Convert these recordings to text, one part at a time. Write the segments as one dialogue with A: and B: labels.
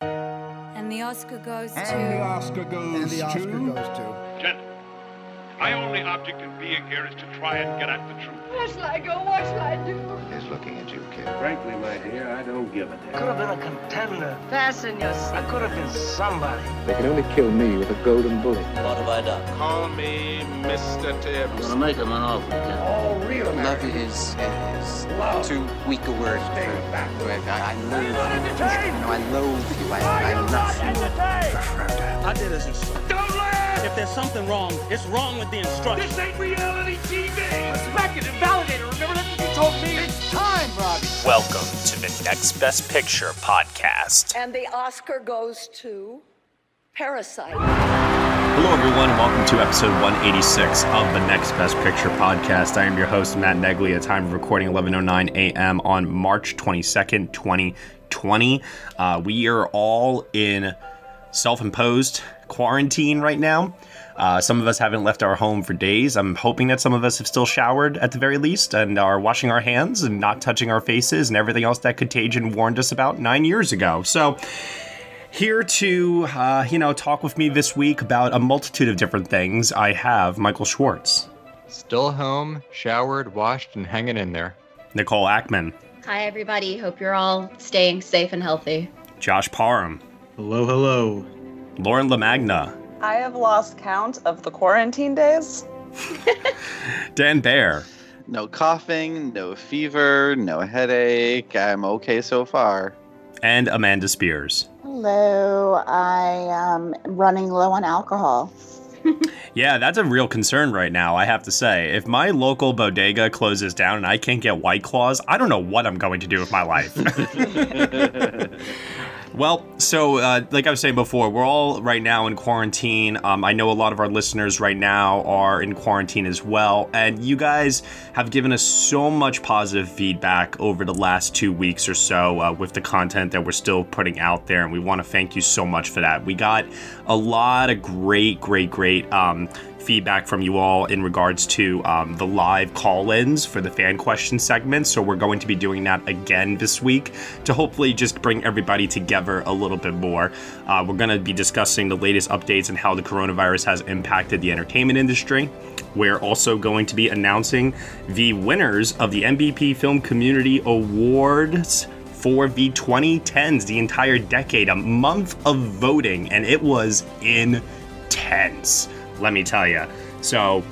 A: And the Oscar goes to.
B: And the Oscar goes
C: And the Oscar
B: to.
C: goes to.
D: Gentlemen, my only object in being here is to try and get at the truth.
E: Where shall I go? What shall I do?
C: He's looking at you, kid.
F: Frankly, my dear, I don't give a damn.
G: could have been a contender.
E: Fasten yourself.
G: I could have been somebody.
H: They can only kill me with a golden bullet.
I: What have I done?
J: Call me Mr.
F: I'm
J: Tibbs.
F: gonna make him an offer again.
B: All real
I: Love is, is too weak a word for I, I loathe you. No, I loathe you. I, I love you.
G: I did as instructed.
D: Don't laugh!
G: If there's something wrong, it's wrong with the instruction.
D: This ain't reality TV!
G: Respect it and validate it. Remember that's what you told me. It's time, Robbie.
K: Welcome to the Next Best Picture podcast.
A: And the Oscar goes to Parasite.
K: Hello, everyone. Welcome to episode 186 of the Next Best Picture podcast. I am your host, Matt Negley. A time of recording 11:09 a.m. on March 22nd, 2020. Uh, we are all in self-imposed quarantine right now. Uh, some of us haven't left our home for days. I'm hoping that some of us have still showered at the very least and are washing our hands and not touching our faces and everything else that contagion warned us about nine years ago. So here to uh, you know talk with me this week about a multitude of different things i have michael schwartz
L: Still home, showered, washed, and hanging in there.
K: nicole ackman
M: Hi, everybody. Hope you're all staying safe and healthy.
K: josh parham
F: Hello, hello.
K: lauren lamagna
E: I have lost count of the quarantine days.
K: dan baer
L: No coughing, no fever, no headache. I'm okay so far.
K: and amanda spears
N: Hello, I am running low on alcohol.
K: yeah that's a real concern right now i have to say if my local bodega closes down and i can't get white claws i don't know what i'm going to do with my life Well, so uh, like I was saying before, we're all right now in quarantine. Um, I know a lot of our listeners right now are in quarantine as well. And you guys have given us so much positive feedback over the last two weeks or so uh, with the content that we're still putting out there. And we want to thank you so much for that. We got a lot of great, great, great. Um, feedback from you all in regards to um, the live call-ins for the fan question segment so we're going to be doing that again this week to hopefully just bring everybody together a little bit more uh, we're going to be discussing the latest updates and how the coronavirus has impacted the entertainment industry we're also going to be announcing the winners of the mvp film community awards for the 2010s the entire decade a month of voting and it was intense let me tell you so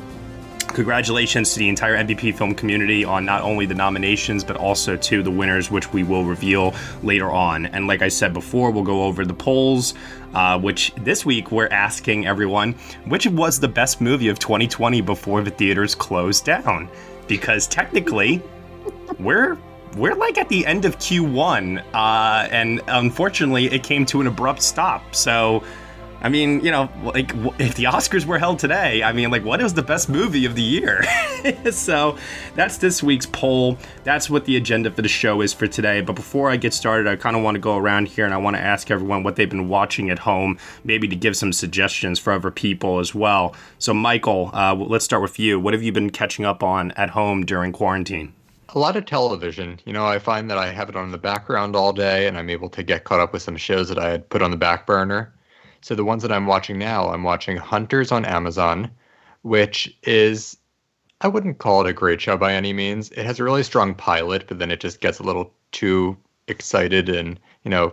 K: congratulations to the entire MVP film community on not only the nominations but also to the winners, which we will reveal later on. And like I said before, we'll go over the polls, uh, which this week we're asking everyone which was the best movie of 2020 before the theaters closed down, because technically we're we're like at the end of Q1, uh, and unfortunately, it came to an abrupt stop. So, I mean, you know, like w- if the Oscars were held today, I mean, like what is the best movie of the year? so, that's this week's poll. That's what the agenda for the show is for today. But before I get started, I kind of want to go around here and I want to ask everyone what they've been watching at home, maybe to give some suggestions for other people as well. So, Michael, uh, w- let's start with you. What have you been catching up on at home during quarantine?
L: A lot of television. You know, I find that I have it on the background all day and I'm able to get caught up with some shows that I had put on the back burner. So the ones that I'm watching now, I'm watching Hunters on Amazon, which is, I wouldn't call it a great show by any means. It has a really strong pilot, but then it just gets a little too excited and, you know,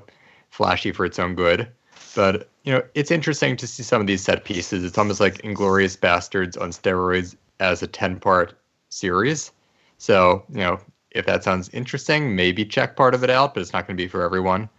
L: flashy for its own good. but you know it's interesting to see some of these set pieces. It's almost like Inglorious Bastards on steroids as a ten part series. So you know if that sounds interesting, maybe check part of it out, but it's not going to be for everyone.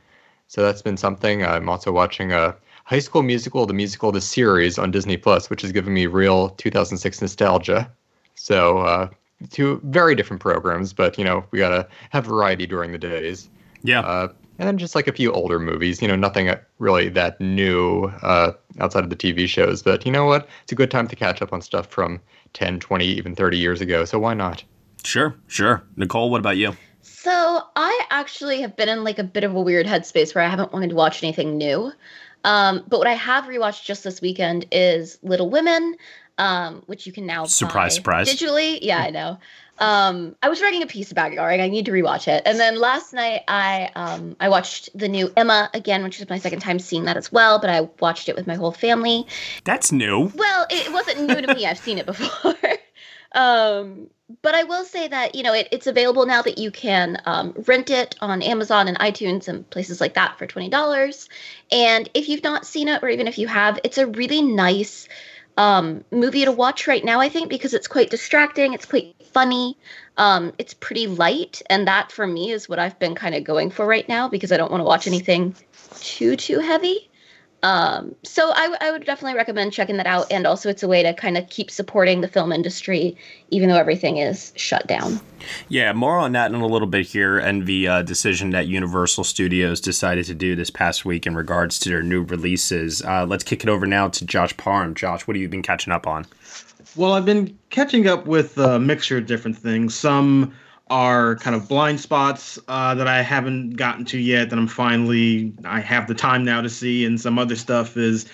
L: So that's been something. I'm also watching a High School Musical, the musical, the series on Disney Plus, which is giving me real 2006 nostalgia. So uh, two very different programs, but you know we gotta have variety during the days.
K: Yeah.
L: Uh, and then just like a few older movies, you know, nothing uh, really that new uh, outside of the TV shows. But you know what? It's a good time to catch up on stuff from 10, 20, even 30 years ago. So why not?
K: Sure, sure. Nicole, what about you?
M: So I actually have been in like a bit of a weird headspace where I haven't wanted to watch anything new. Um, but what I have rewatched just this weekend is Little Women, um, which you can now
K: Surprise,
M: buy
K: surprise.
M: digitally. Yeah, I know. Um, I was writing a piece about it. All right, I need to rewatch it. And then last night I um, I watched the new Emma again, which was my second time seeing that as well. But I watched it with my whole family.
K: That's new.
M: Well, it it wasn't new to me. I've seen it before. um, but I will say that you know it, it's available now that you can um, rent it on Amazon and iTunes and places like that for twenty dollars. And if you've not seen it, or even if you have, it's a really nice um, movie to watch right now. I think because it's quite distracting, it's quite funny, um, it's pretty light, and that for me is what I've been kind of going for right now because I don't want to watch anything too too heavy. Um, so I, w- I would definitely recommend checking that out. And also, it's a way to kind of keep supporting the film industry, even though everything is shut down.
K: Yeah, more on that in a little bit here, and the uh, decision that Universal Studios decided to do this past week in regards to their new releases. Uh, let's kick it over now to Josh Parham. Josh, what have you been catching up on?
F: Well, I've been catching up with a mixture of different things. Some are kind of blind spots uh, that I haven't gotten to yet that I'm finally I have the time now to see, and some other stuff is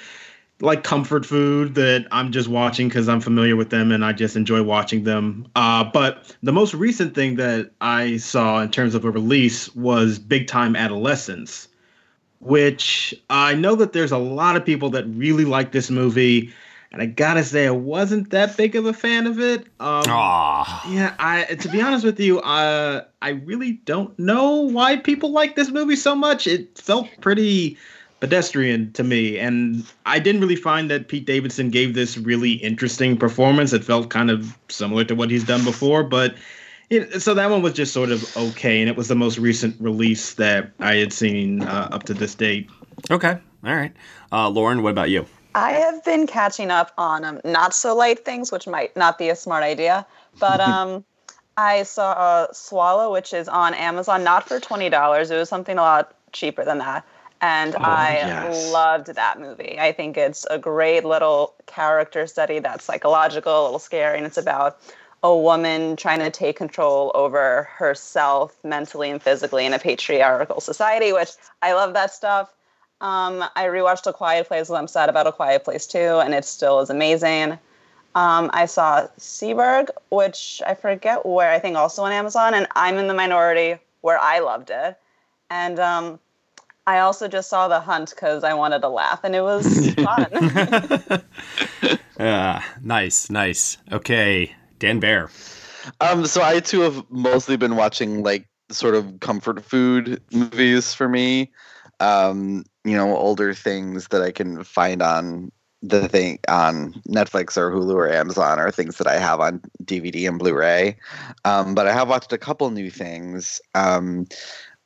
F: like comfort food that I'm just watching because I'm familiar with them and I just enjoy watching them. Uh, but the most recent thing that I saw in terms of a release was Big Time Adolescence, which I know that there's a lot of people that really like this movie. And I gotta say, I wasn't that big of a fan of it. Um,
K: Aw.
F: yeah, I to be honest with you, uh, I really don't know why people like this movie so much. It felt pretty pedestrian to me, and I didn't really find that Pete Davidson gave this really interesting performance. It felt kind of similar to what he's done before, but it, so that one was just sort of okay, and it was the most recent release that I had seen uh, up to this date.
K: Okay, all right. Uh, Lauren, what about you?
E: I have been catching up on um, not so light things, which might not be a smart idea, but um, I saw uh, Swallow, which is on Amazon, not for twenty dollars. It was something a lot cheaper than that, and I
B: yes.
E: loved that movie. I think it's a great little character study that's psychological, a little scary, and it's about a woman trying to take control over herself mentally and physically in a patriarchal society. Which I love that stuff. Um, I rewatched A Quiet Place. I'm sad about A Quiet Place too, and it still is amazing. Um, I saw Seaberg, which I forget where. I think also on Amazon, and I'm in the minority where I loved it. And um, I also just saw The Hunt because I wanted to laugh, and it was fun.
K: Uh, nice, nice. Okay, Dan Bear.
C: Um, so I too have mostly been watching like sort of comfort food movies for me. Um, you know, older things that I can find on the thing on Netflix or Hulu or Amazon or things that I have on DVD and Blu-ray. Um, but I have watched a couple new things. Um,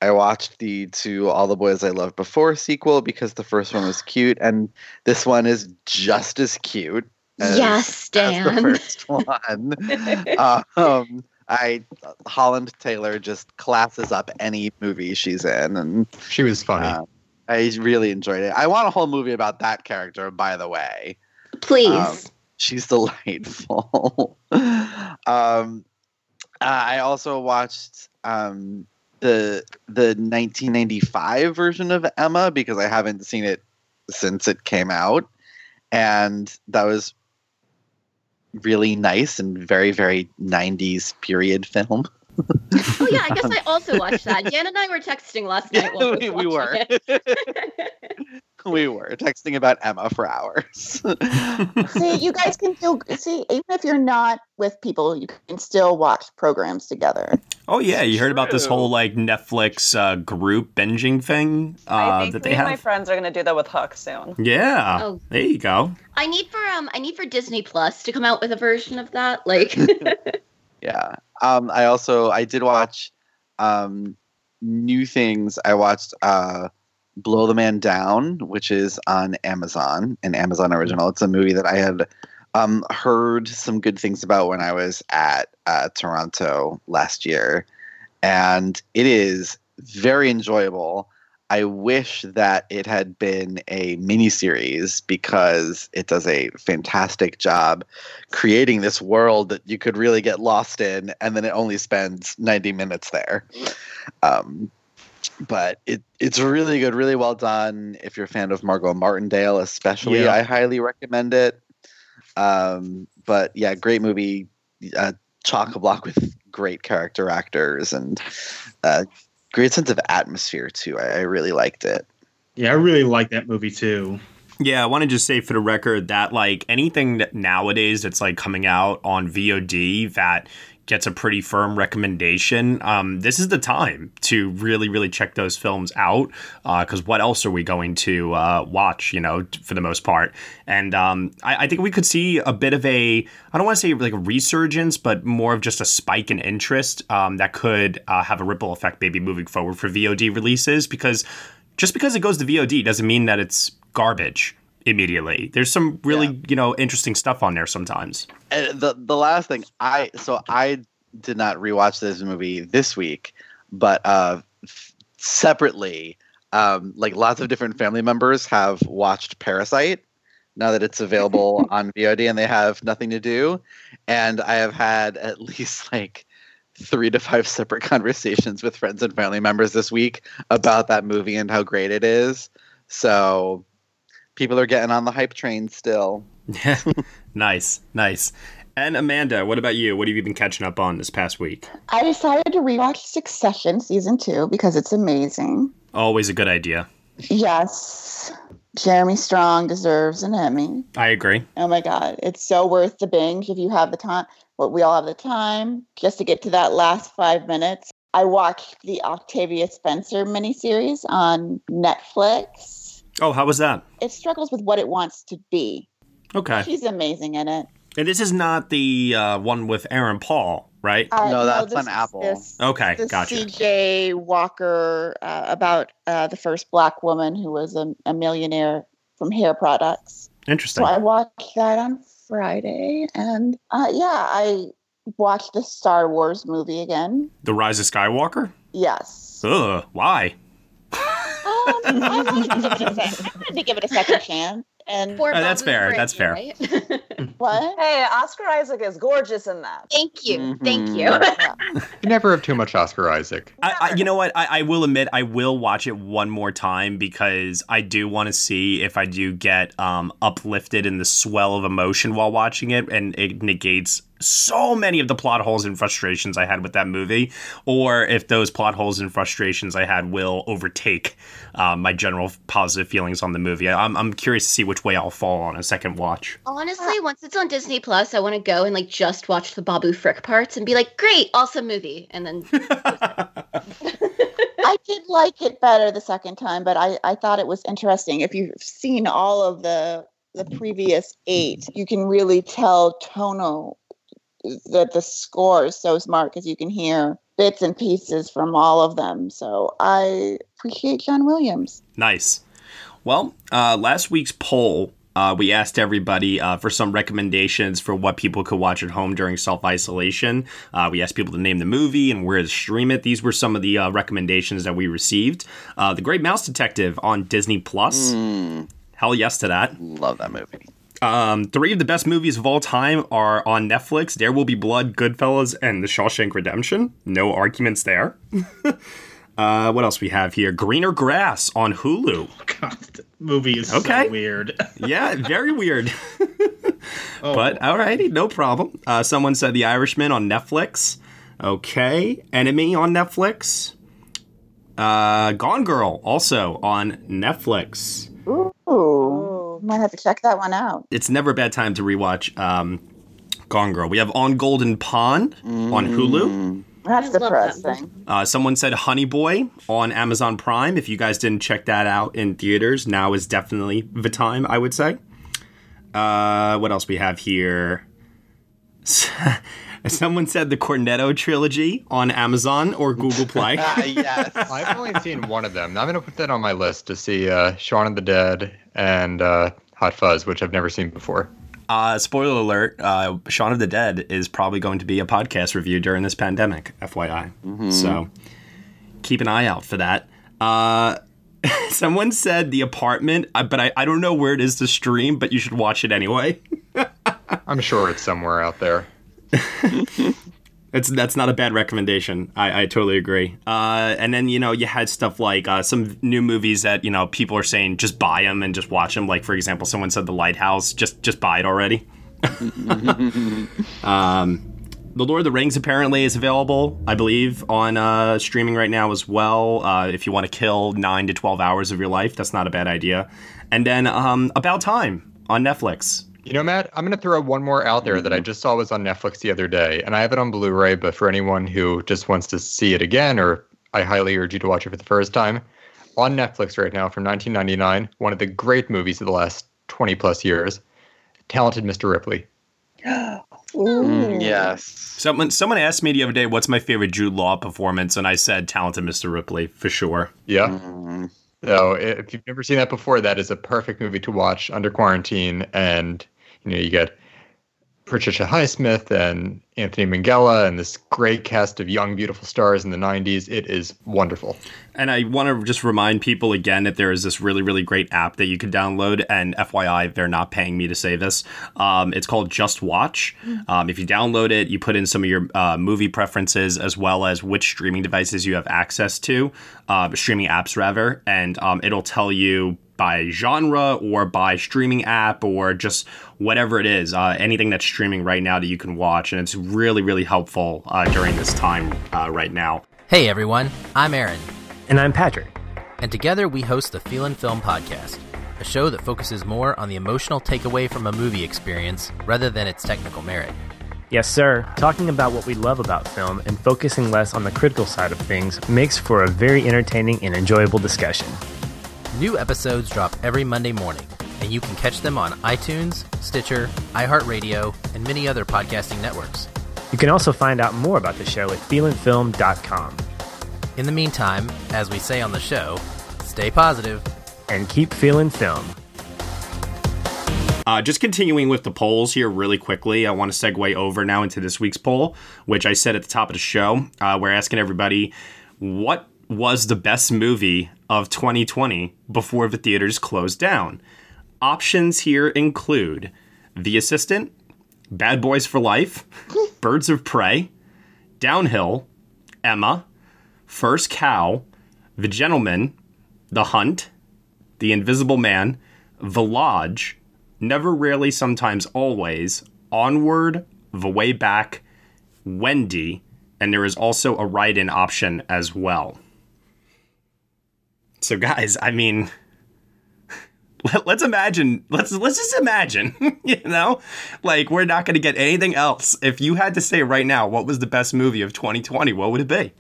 C: I watched the to All the Boys I Loved Before sequel because the first one was cute and this one is just as cute. as-
M: yes,
C: as the
M: Dan.
C: first one. um, I Holland Taylor just classes up any movie she's in, and um,
L: she was funny.
C: I really enjoyed it. I want a whole movie about that character, by the way.
M: Please.
C: Um, she's
I: Oh.
C: delightful. um, I also watched um, the the 1995 version of Emma because I haven't seen it since it came out, and that was really nice and very very 90s period film.
M: oh yeah, I guess I also watched that. Dan and I were texting last night. While
C: we,
M: we
C: we
M: watching
C: were.
M: it.
C: we were texting about Emma for hours.
N: see, you guys can still see even if you're not with people, you can still watch programs together.
K: Oh yeah, you heard about this whole like Netflix uh, group binging thing
E: I
K: uh,
E: think
K: that they
E: me and my
K: have.
E: friends are gonna do that with Hook soon.
K: Yeah,
M: Oh.
K: there you go.
M: I need for um I need for Disney Plus to come out with a version of that. Like
C: yeah. Um, I also I did watch um, new things. I watched uh, Blow the Man Down, which is on Amazon, an Amazon original. It's a movie that I had um, heard some good things about when I was at uh, Toronto last year, and it is very enjoyable. I wish that it had been a miniseries because it does a fantastic job creating this world that you could really get lost in, and then it only spends 90 minutes there. Um, but it it's really good, really well done. If you're a fan of Margot Martindale, especially,
K: Yeah.
C: I highly recommend it. Um, but yeah, great movie, uh, chock a block with great character actors and uh, great sense of atmosphere too. I, I really liked it.
F: Yeah, I really like that movie too.
K: Yeah, I want to just say for the record that like anything that nowadays that's like coming out on VOD that gets a pretty firm recommendation. Um, this is the time to really, really check those films out because what else are we going to uh, watch? You know, t- for the most part, and um, I, I think we could see a bit of a I don't want to say like a resurgence, but more of just a spike in interest um, that could uh, have a ripple effect maybe moving forward for VOD releases because just because it goes to VOD doesn't mean that it's garbage immediately. There's some really, you know, interesting stuff on there sometimes.
C: And the the last thing I so I did not rewatch this movie this week, but uh, f- separately, um, like lots of different family members have watched Parasite now that it's available on VOD and they have nothing to do, and I have had at least like three to five separate conversations with friends and family members this week about that movie and how great it is. So people are getting on the hype train still.
K: nice, nice. And Amanda, what about you? What have you been catching up on this past week?
N: I decided to rewatch Succession season two because it's amazing.
K: Always a good idea.
N: Yes, Jeremy Strong deserves an Emmy.
K: I agree.
N: Oh my God, it's so worth the binge if you have the time. What we all have the time just to get to that last five minutes. I watched the Octavia Spencer miniseries on Netflix.
K: Oh, how was that?
N: It struggles with what it wants to be.
K: Okay.
N: She's amazing in it.
K: and this is not the uh, one with Aaron Paul, right?
N: Uh, No, no, that's this on is Apple. this-
K: okay,
N: the
K: gotcha.
N: CJ Walker uh, about uh, the first black woman who was a, a millionaire from hair products.
K: Interesting.
N: So I watched that on Friday, and uh, yeah, I watched the Star Wars movie again.
K: the Rise of Skywalker?
N: Yes,
K: Ugh, why?
N: Um, I wanted to give it a sec- I wanted to give it a second chance. And
K: Uh, that's fair. That's fair.
N: What?
E: Hey, Oscar Isaac is gorgeous in that.
M: Thank you.
K: Mm-hmm.
E: Thank
L: You never have too much Oscar Isaac.
K: I, I, you know what? I, I will admit I will watch it one more time because I do want to see if I do get um, uplifted in the swell of emotion while watching it, and it negates so many of the plot holes and frustrations I had with that movie, or if those plot holes and frustrations I had will overtake um, my general positive feelings on the movie. I, I'm, I'm curious to see which way I'll fall on a second watch.
M: Honestly, once it's on Disney Plus, I want to go and like just watch the Babu Frick parts and be like, "Great, awesome movie," and then
N: I did like it better the second time, but I, I thought it was interesting. If you've seen all of the the previous eight, you can really tell tonal that the score is so smart because you can hear bits and pieces from all of them. So I appreciate John Williams.
K: Nice. Well, uh, last week's poll, uh, we asked everybody uh, for some recommendations for what people could watch at home during self isolation. Uh, we asked people to name the movie and where to stream it. These were some of the uh, recommendations that we received. Uh, the Great Mouse Detective on Disney Plus. Hell yes to that.
C: Hmm. Love that movie.
K: Um, three of the best movies of all time are on Netflix: There Will Be Blood, Goodfellas, and The Shawshank Redemption. No arguments there. uh, what else we have here? Greener Grass on Hulu.
F: Oh, Movie is
K: Okay.
F: so weird.
K: yeah, very weird.
F: Oh.
K: But alrighty, no problem. Uh, someone said The Irishman on Netflix. Okay, Enemy on Netflix. Uh, Gone Girl also on Netflix.
N: Ooh, might have to check that one out.
K: It's never a bad time to rewatch um, Gone Girl. We have On Golden Pond on Hulu.
N: That's depressing.
K: Uh, someone said Honey Boy on Amazon Prime. If you guys didn't check that out in theaters, now is definitely the time, I would say. Uh, what else we have here? Someone said the Cornetto trilogy on Amazon or Google Play.
L: yes. I've only seen one of them. I'm going to put that on my list to see uh, Shaun of the Dead and uh, Hot Fuzz, which I've never seen before.
K: Uh, spoiler alert: uh, Shaun of the Dead is probably going to be a podcast review during this pandemic, FYI. So keep an eye out for that. Uh, someone said The Apartment, uh, but I, I don't know where it is to stream, but you should watch it anyway.
L: I'm sure it's somewhere out there.
K: That's that's not a bad recommendation. I, I totally agree. Uh, and then you know you had stuff like uh, some new movies that you know people are saying just buy them and just watch them. Like for example, someone said The Lighthouse, just just buy it already.
M: Mm.
K: um, the Lord of the Rings apparently is available, I believe, on uh, streaming right now as well. Uh, if you want to kill nine to twelve hours of your life, that's not a bad idea. And then um, About Time on Netflix.
L: You know, Matt, I'm going to throw one more out there that I just saw was on Netflix the other day, and I have it on Blu ray, but for anyone who just wants to see it again, or I highly urge you to watch it for the first time, on Netflix right now from 1999, one of the great movies of the last 20 plus years, Talented Mr. Ripley.
C: Mm, yes.
K: Someone someone asked me the other day, "What's my favorite Jude Law performance?" And I said, "Talented Mr. Ripley for sure."
L: Yeah. So i- if you've never seen that before, that is a perfect movie to watch under quarantine. And you know, you get Patricia Highsmith and Anthony Minghella and this great cast of young, beautiful stars in the '90s. It is wonderful.
K: And I want to just remind people again that there is this really, really great app that you can download. And FYI, they're not paying me to say this. Um, it's called Just Watch. Um, if you download it, you put in some of your uh, movie preferences as well as which streaming devices you have access to, uh, streaming apps rather, and um, it'll tell you by genre or by streaming app or just whatever it is, uh, anything that's streaming right now that you can watch. And it's really, really helpful uh, during this time uh, right now.
B: Hey everyone, I'm Aaron.
O: And I'm Patrick.
B: And together we host the Feel and Film Podcast, a show that focuses more on the emotional takeaway from a movie experience rather than its technical merit.
O: Yes, sir. Talking about what we love about film and focusing less on the critical side of things makes for a very entertaining and enjoyable discussion.
B: New episodes drop every Monday morning, and you can catch them on iTunes, Stitcher, iHeartRadio, and many other podcasting networks.
O: You can also find out more about the show at feelinfilm.com
B: In the meantime, as we say on the show, stay positive.
O: and keep feeling film.
K: Uh, just continuing with the polls here really quickly, I want to segue over now into this week's poll, which I said at the top of the show. Uh, we're asking everybody what was the best movie of 2020 before the theaters closed down? Options here include The Assistant, Bad Boys for Life, Birds of Prey, Downhill, Emma, First Cow, The Gentleman, The Hunt, The Invisible Man, The Lodge, Never Rarely Sometimes Always, Onward, The Way Back, Wendy, and there is also a write in option as well. So, guys, I mean, let, us imagine, let's, let's just imagine, you know, like we're not going to get anything else. If you had to say right now, what was the best movie of 2020, what would it be?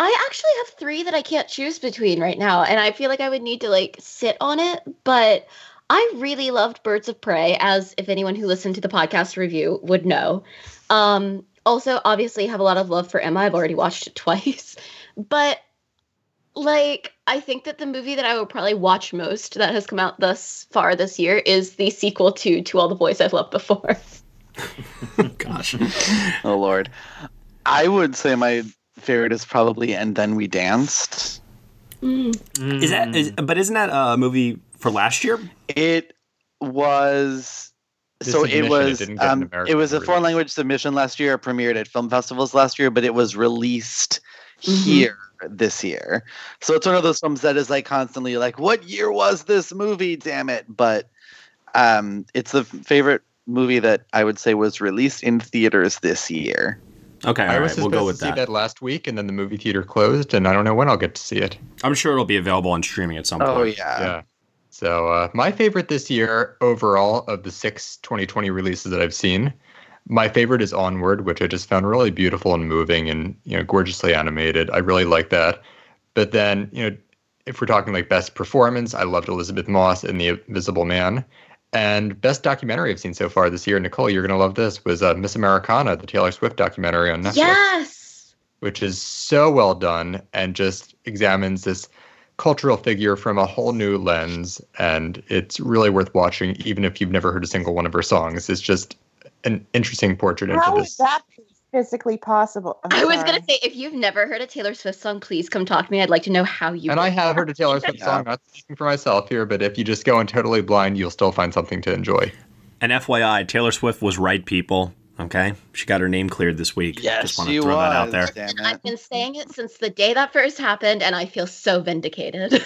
M: I actually have three that I can't choose between right now, and I feel like I would need to like sit on it. But I really loved Birds of Prey, as if anyone who listened to the podcast review would know. Um, also, obviously, have a lot of love for Emma. I've already watched it twice, but like, I think that the movie that I would probably watch most that has come out thus far this year is the sequel to "To All the Boys I've Loved Before."
K: Gosh.
C: oh Lord. I would say my favorite is probably And Then We Danced.
M: Mm.
K: Is that, is, but isn't that a movie for last year?
C: It was
K: This
C: so
K: submission,
C: it
K: it
C: was
K: didn't get an
C: um, it
K: American
C: was a foreign
K: release.
C: language submission last year, premiered at film festivals last year, but it was released
K: Mm-hmm.
M: Mhm.
C: here this year. So it's one of those films that is like constantly like, what year was this movie? Damn it! But um, it's the favorite movie that I would say was released in theaters this year.
K: Okay,
L: I was supposed to see that last week, and then the movie theater closed, and I don't know when I'll get to see it.
K: I'm sure it'll be available on streaming at some
C: Oh,
K: point.
C: yeah.
L: So uh, my favorite this year overall of the six 2020 releases that I've seen, my favorite is Onward, which I just found really beautiful and moving and you know gorgeously animated. I really like that. But then you know, if we're talking like best performance, I loved Elizabeth Moss in The Invisible Man. And best documentary I've seen so far this year, Nicole, you're gonna love this. Was uh, Miss Americana, the Taylor Swift documentary on Netflix,
M: yes,
L: which is so well done and just examines this cultural figure from a whole new lens and it's really worth watching even if you've never heard a single one of her songs it's just an interesting portrait
N: How
L: into
N: is
L: this
N: that physically possible? I'm
M: I was
N: sorry.
M: gonna say, if you've never heard a Taylor Swift song, please come talk to me. I'd like to know how you.
L: and i have heard a taylor swift song not speaking for myself here but if you just go in totally blind you'll still find something to enjoy
K: And FYI, Taylor Swift was right, people. Okay, she got her name cleared this week.
C: Yes,
K: just want
C: she
K: to throw that out
C: was,
K: there.
M: I've been saying it since the day that first happened, and I feel so vindicated.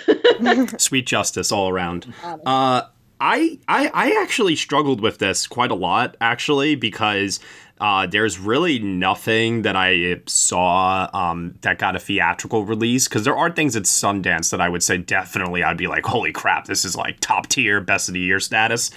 K: sweet justice all around. Uh, I, I I actually struggled with this quite a lot actually because uh, there's really nothing that I saw um, that got a theatrical release because there are things at Sundance that I would say definitely I'd be like holy crap this is like top tier best of the year status,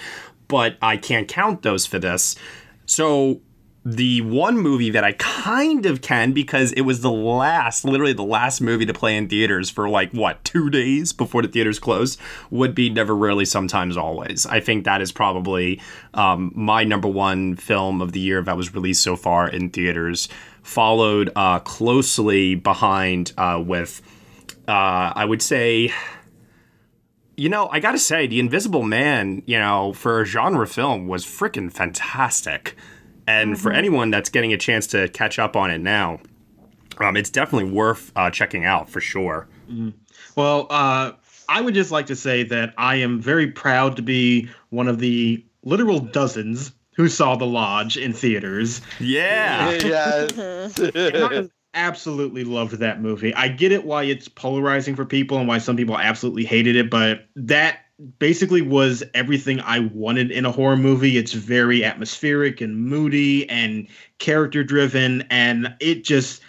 K: but I can't count those for this. So the one movie that I kind of can because it was the last, literally the last movie to play in theaters for like what two days before the theaters closed would be Never Rarely Sometimes Always. I think that is probably um, my number one film of the year that was released so far in theaters, followed uh, closely behind uh, with uh, I would say you know, I gotta say, The Invisible Man, you know, for a genre film was freaking fantastic. And for anyone that's getting a chance to catch up on it now, um, it's definitely worth uh, checking out for sure.
F: Mm. Well, uh, I would just like to say that I am very proud to be one of the literal dozens who saw The Lodge in theaters.
K: Yeah.
F: I absolutely loved that movie. I get it why it's polarizing for people and why some people absolutely hated it, but that basically was everything I wanted in a horror movie. It's very atmospheric and moody and character driven, and it just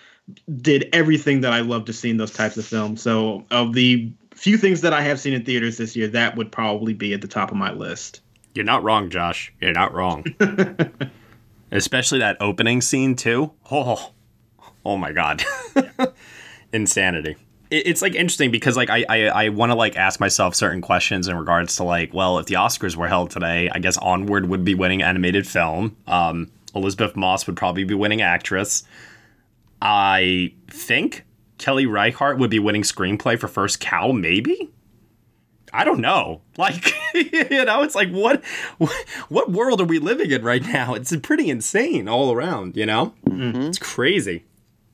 F: did everything that I love to see in those types of films. So, of the few things that I have seen in theaters this year, that would probably be at the top of my list.
K: You're not wrong, Josh. You're not wrong. Especially that opening scene too. Oh, oh my god, insanity. It- It's like interesting because like I I, I want to like ask myself certain questions in regards to like well if the Oscars were held today I guess Onward would be winning animated film. Um, Elizabeth Moss would probably be winning actress. I think Kelly Reichardt would be winning screenplay for first cow maybe. I don't know. Like, you know, it's like what, what world are we living in right now? It's pretty insane all around. You know, it's crazy.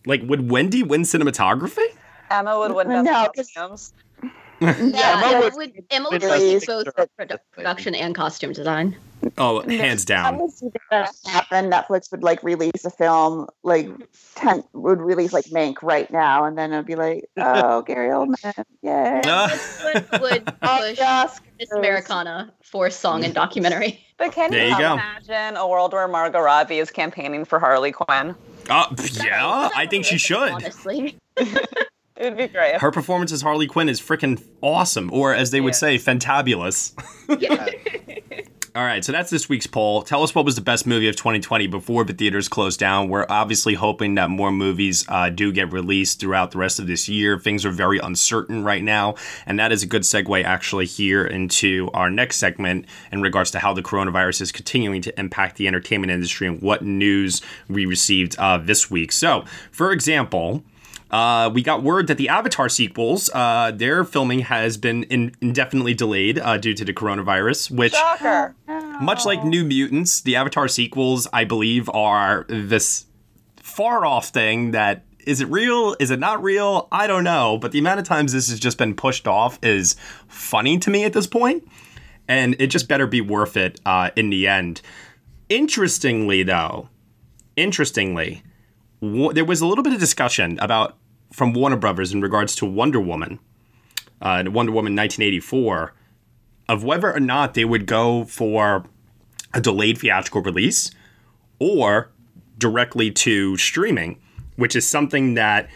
K: Like, would Wendy win cinematography?
E: Emma would win Best
N: No,
E: Costumes.
M: yeah,
K: Emma
M: Emma
K: would-
M: would, Emma would
K: Please.
M: like both produ- production and costume design.
K: Oh, hands
N: I
K: down.
N: would see that happen. Netflix would like release a film, like ten, would release like Mank right now, and then it'd be like, oh, Gary Oldman, yay!
M: Would, would
N: Oh,
M: push Miss Americana for song and documentary.
E: But can
K: Mm-hmm. There
E: you,
K: you go.
E: imagine a world where Margot Robbie is campaigning for Harley Quinn?
K: Uh, yeah, I think she should.
M: Honestly,
E: it would be great.
K: Her performance as Harley Quinn is freaking awesome, or as they would say, fantabulous. All right, so that's this week's poll. Tell us what was the best movie of 2020 before the theaters closed down. We're obviously hoping that more movies uh, do get released throughout the rest of this year. Things are very uncertain right now, and that is a good segue actually here into our next segment in regards to how the coronavirus is continuing to impact the entertainment industry and what news we received uh, this week. So, for example, uh, we got word that the Avatar sequels, uh, their filming has been in- indefinitely delayed uh, due to the coronavirus, which,
E: Shocker.
K: much like New Mutants, the Avatar sequels, I believe, are this far off thing that is it real? Is it not real? I don't know. But the amount of times this has just been pushed off is funny to me at this point. And it just better be worth it uh, in the end. Interestingly, though, interestingly, wa- there was a little bit of discussion about from Warner Brothers in regards to Wonder Woman, uh, Wonder Woman 1984, of whether or not they would go for a delayed theatrical release or directly to streaming, which is something that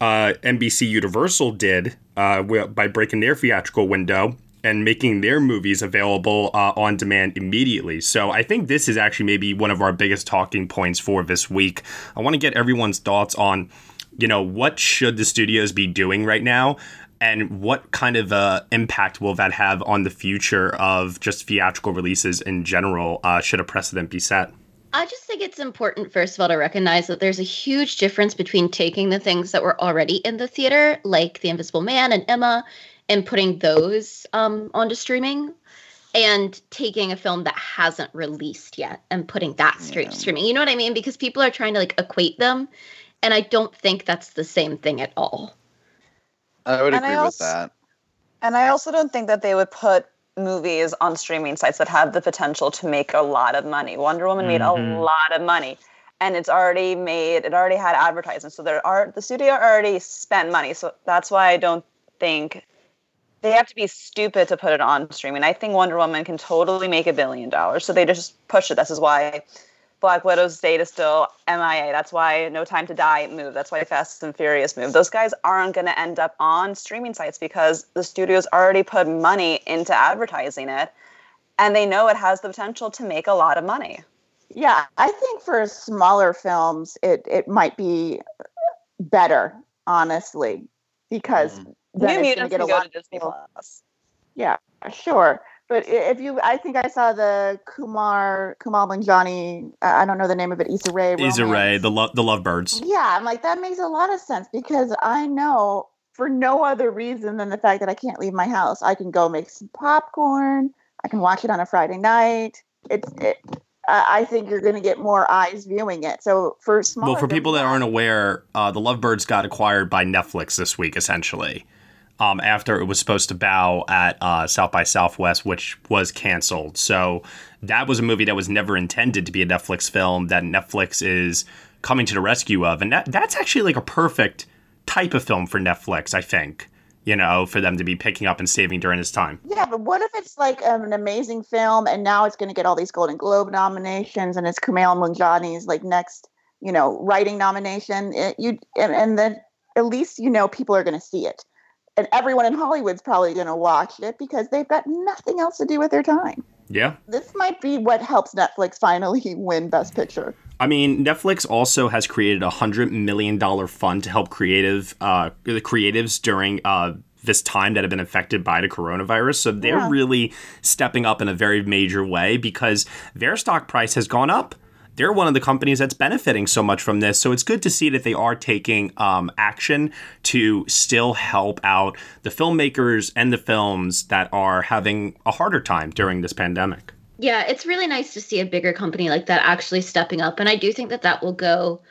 K: uh, NBC Universal did uh, wi- by breaking their theatrical window and making their movies available uh, on demand immediately. So I think this is actually maybe one of our biggest talking points for this week. I want to get everyone's thoughts on, you know, what should the studios be doing right now? And what kind of uh, impact will that have on the future of just theatrical releases in general? Uh, should a precedent be set?
M: I just think it's important, first of all, to recognize that there's a huge difference between taking the things that were already in the theater, like The Invisible Man and Emma, and putting those um, onto streaming, and taking a film that hasn't released yet and putting that straight to streaming. You know what I mean? Because people are trying to like equate them, and I don't think that's the same thing at all.
C: I would
E: And I
C: agree with
E: also-
C: that.
E: And I also don't think that they would put movies on streaming sites that have the potential to make a lot of money. Wonder Woman made a
P: Mhm.
E: lot of money. And it's already made it already had advertisements. So there are the studio already spent money. So that's why I don't think they have to be stupid to put it on streaming. I think Wonder Woman can totally make a billion dollars. So they just push it. This is why Black Widow's date is still MIA. That's why No Time to Die moved. That's why Fast and Furious moved. Those guys aren't going to end up on streaming sites because the studios already put money into advertising it and they know it has the potential to make a lot of money.
N: Yeah, I think for smaller films, it it might be better, honestly, because
K: Hmm.
N: then
E: New
N: it's
E: Mutants
N: going get a
E: can go
N: lot
E: to Disney Plus.
N: Yeah, sure. But i- if you, I think I saw the Kumar Kumal Manjani. I I don't know the name of it. Issa Rae.
K: Issa
N: romance.
K: Rae, the lo- the Lovebirds.
N: Yeah, I'm like that makes a lot of sense because I know for no other reason than the fact that I can't leave my house. I can go make some popcorn. I can watch it on a Friday night. It's it. I I think you're going to get more eyes viewing it. So for smaller,
K: well, for people that aren't aware, uh, the Lovebirds got acquired by Netflix this week, essentially, um, after it was supposed to bow at uh, South by Southwest, which was canceled. So that was a movie that was never intended to be a Netflix film that Netflix is coming to the rescue of, and that that's actually like a perfect type of film for Netflix, I think. You know, for them to be picking up and saving during this time.
N: yeah, but what if it's like um, an amazing film and now it's going to get all these Golden Globe nominations and it's Kumail Munjani's like next, you know, writing nomination. It, you and, and then at least you know people are going to see it, and everyone in Hollywood's probably going to watch it because they've got nothing else to do with their time.
K: Yeah.
N: This might be what helps Netflix finally win Best Picture.
K: I mean, Netflix also has created a hundred million dollar fund to help creative uh, the creatives during uh, this time that have been affected by the coronavirus. So they're
Q: Yeah.
K: really stepping up in a very major way because their stock price has gone up. They're one of the companies that's benefiting so much from this. So it's good to see that they are taking um, action to still help out the filmmakers and the films that are having a harder time during this pandemic.
M: Yeah, it's really nice to see a bigger company like that actually stepping up. And I do think that that will go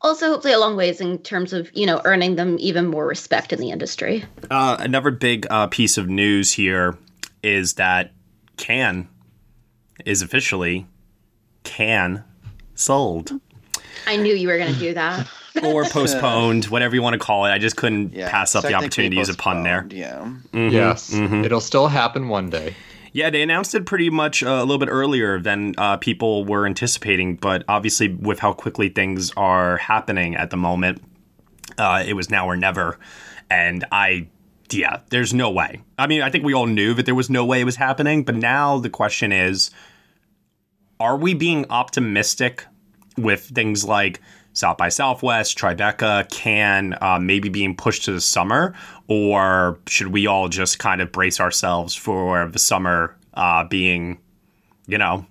M: also hopefully a long ways in terms of, you know, earning them even more respect in the industry.
K: Uh, another big uh, piece of news here is that Can is officially Can sold
M: I knew you were going to do that.
K: or postponed, whatever you want to call it. I just couldn't pass up the
L: technically
K: opportunity to use a pun there. Yeah.
L: Yes, it'll still happen one day.
K: Yeah, they announced it pretty much uh, a little bit earlier than uh, people were anticipating, but obviously, with how quickly things are happening at the moment, uh, it was now or never. And I, yeah, there's no way. I mean, I think we all knew that there was no way it was happening, but now the question is are we being optimistic with things like South by Southwest, Tribeca, can uh, maybe being pushed to the summer, or should we all just kind of brace ourselves for the summer uh, being, you know,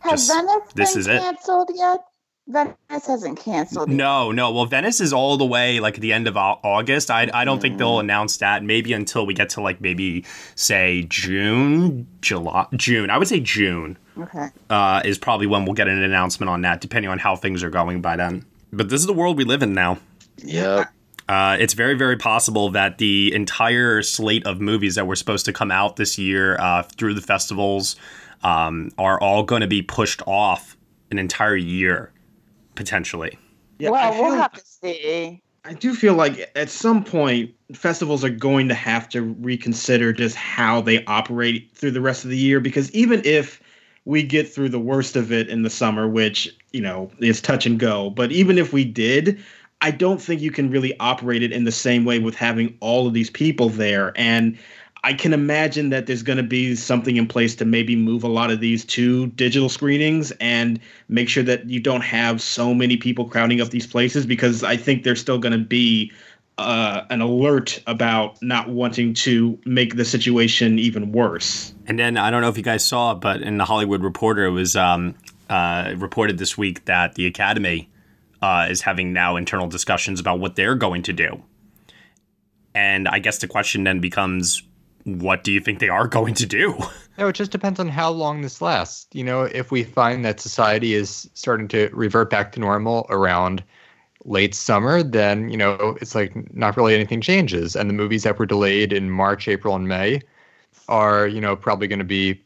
N: Has
K: Just-
N: Venice
K: this
N: been
K: is it.
N: canceled yet? Venice hasn't canceled.
K: no, no. Well, Venice is all the way like at the end of Au- August. I, I don't think they'll announce that maybe until we get to like maybe say June, July, June. I would say June.
N: Okay.
K: uh, is probably when we'll get an announcement on that, depending on how things are going by then. But this is the world we live in now.
C: Yep.
K: Uh, it's very, very possible that the entire slate of movies that were supposed to come out this year uh, through the festivals um, are all going to be pushed off an entire year, potentially.
F: Yeah,
N: well,
F: I
N: we'll
F: feel-
N: have to see.
F: I do feel like at some point festivals are going to have to reconsider just how they operate through the rest of the year because even if we get through the worst of it in the summer, which, you know, is touch and go, but even if we did, I don't think you can really operate it in the same way with having all of these people there and I can imagine that there's going to be something in place to maybe move a lot of these to digital screenings and make sure that you don't have so many people crowding up these places because I think there's still going to be uh, an alert about not wanting to make the situation even worse.
K: And then I don't know if you guys saw, but in the Hollywood Reporter, it was um, uh, reported this week that the Academy uh, is having now internal discussions about what they're going to do. And I guess the question then becomes, what do you think they are going to do?
L: No, it just depends on how long this lasts. You know, if we find that society is starting to revert back to normal around late summer, then, you know, it's like not really anything changes. And the movies that were delayed in March, April, and May are, you know, probably going to be,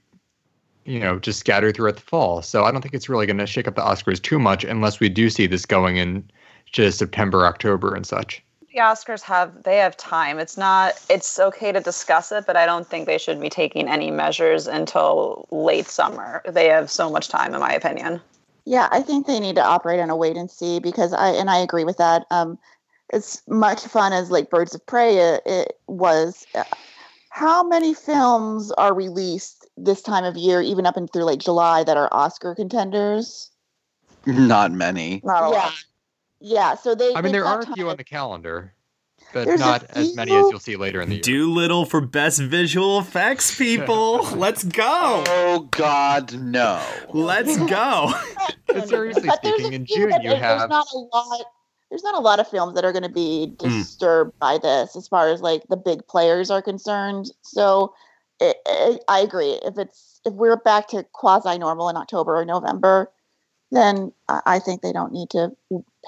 L: you know, just scattered throughout the fall. So I don't think it's really going to shake up the Oscars too much unless we do see this going in to September, October, and such
E: the Oscars have they have time. It's not it's okay to discuss it, but I don't think they should be taking any measures until late summer. They have so much time in my opinion.
N: Yeah, I think they need to operate on a wait and see because I and I agree with that. Um as much fun as like Birds of Prey it, it was uh, how many films are released this time of year even up and through like July that are Oscar contenders?
C: Not many.
N: Not a yeah. lot. Yeah, so they.
L: I mean, there are a few on the calendar, but There's not as many as you'll see later in the year.
K: Doolittle for best visual effects, people. Let's go.
C: Oh God, no.
K: Let's go.
L: seriously
N: but
L: speaking, in June you
N: there's
L: have. Hmm.
N: There's not a lot. There's not a lot of films that are going to be disturbed mm. by this, as far as like the big players are concerned. So, it, it, I agree. If it's if we're back to quasi normal in October or November, then I think they don't need to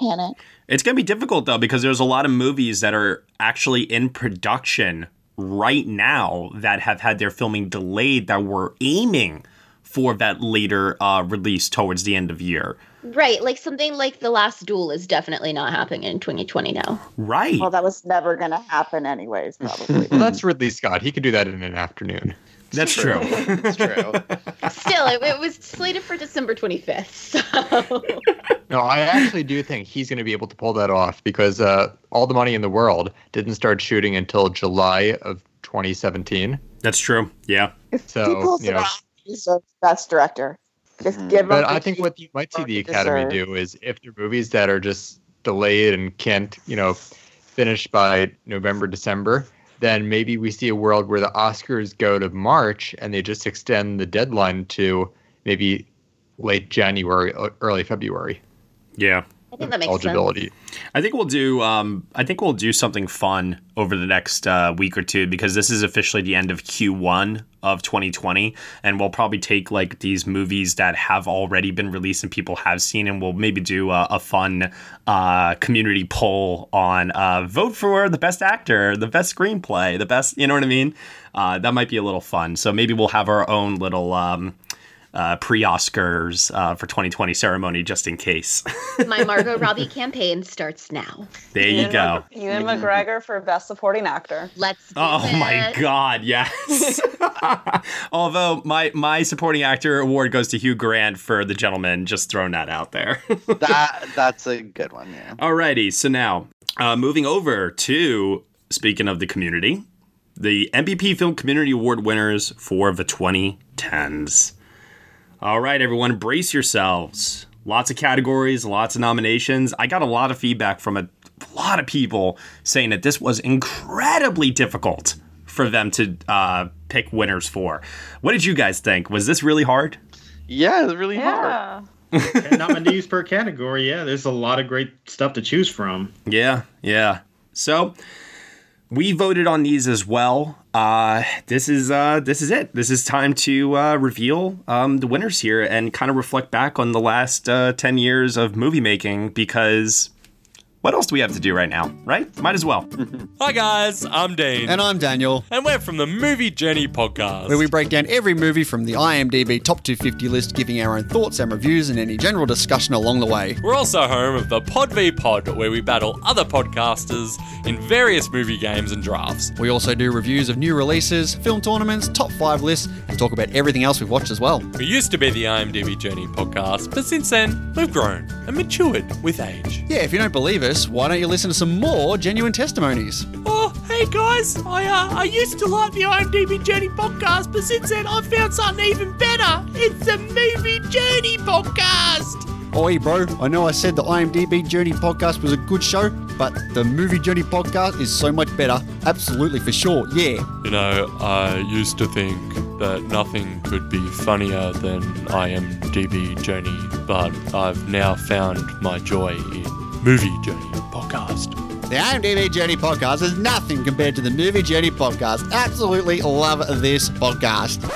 N: panic.
K: It's going to be difficult though because there's a lot of movies that are actually in production right now that have had their filming delayed that were aiming for that later uh, release towards the end of year.
M: Right, like something like The Last Duel is definitely not happening in 2020 now.
K: Right.
N: Well, that was never going to happen anyways, probably.
L: well, that's Ridley Scott. He could do that in an afternoon.
K: That's true. That's
M: true. Still, it, it, was slated for December 25th. So.
L: No, I actually do think he's going to be able to pull that off because uh, All the Money in the World didn't start shooting until July of 2017.
K: That's true. Yeah.
N: If
L: so, Hmm.
N: he pulls it off, he's the best director. Just give
L: but I think what you might see the Academy deserve. do is if there are movies that are just delayed and can't, you know, finish by November, December, then maybe we see a world where the Oscars go to March and they just extend the deadline to maybe late January, e-, early February.
K: Yeah.
M: I think that makes eligibility. sense.
K: I think we'll do. Um, I think we'll do something fun over the next uh, week or two because this is officially the end of Q1 of 2020, and we'll probably take like these movies that have already been released and people have seen, and we'll maybe do a, a fun uh, community poll on uh, vote for the best actor, the best screenplay, the best. You know what I mean? Uh, that might be a little fun. So maybe we'll have our own little. Um, uh, pre Oscars uh, for 2020 ceremony just in case.
M: My Margot Robbie campaign starts now.
K: There you Ewan go.
E: Mc- Ewan McGregor for Best Supporting Actor.
M: Let's.
K: oh
M: it.
K: my God! Yes. Although my my supporting actor award goes to Hugh Grant for The Gentleman. Just throwing that out there.
C: that that's a good one. Yeah.
K: Alrighty. So now uh, moving over to speaking of the community. The MVP Film Community Award winners for the 2010s. All right, everyone, brace yourselves. Lots of categories, lots of nominations. I got a lot of feedback from a lot of people saying that this was incredibly difficult for them to uh, pick winners for. What did you guys think? Was this really hard?
C: Yeah, it's really yeah. hard.
F: nominees per category, yeah. There's a lot of great stuff to choose from.
K: Yeah, yeah. So we voted on these as well. Uh, this is uh, this is it. This is time to uh, reveal um, the winners here and kind of reflect back on the last uh, ten years of movie making because what else do we have to do right now? Right? Might as well.
P: Hi guys, I'm Dean
Q: and I'm Daniel
P: and we're from the Movie Journey podcast
Q: where we break down every movie from the IMDb top 250 list, giving our own thoughts and reviews and any general discussion along the way.
P: We're also home of the Pod v Pod where we battle other podcasters in various movie games and drafts.
Q: We also do reviews of new releases, film tournaments, top five lists, and talk about everything else we've watched as well.
P: We used to be the IMDb Journey podcast, but since then we've grown and matured with age.
Q: Yeah, if you don't believe us, why don't you listen to some more genuine testimonies?
P: Oh,
R: Hey guys, I uh, I used to like the IMDb Journey podcast, but since then I've found something even better. It's the Movie Journey podcast.
Q: Oi, bro, I know I said the IMDb Journey podcast was a good show, but the Movie Journey podcast is so much better. Absolutely, for sure. Yeah.
P: You know, I used to think that nothing could be funnier than IMDb Journey, but I've now found my joy in Movie Journey podcast.
Q: The IMDb Journey podcast is nothing compared to the Movie Journey podcast. Absolutely love this podcast.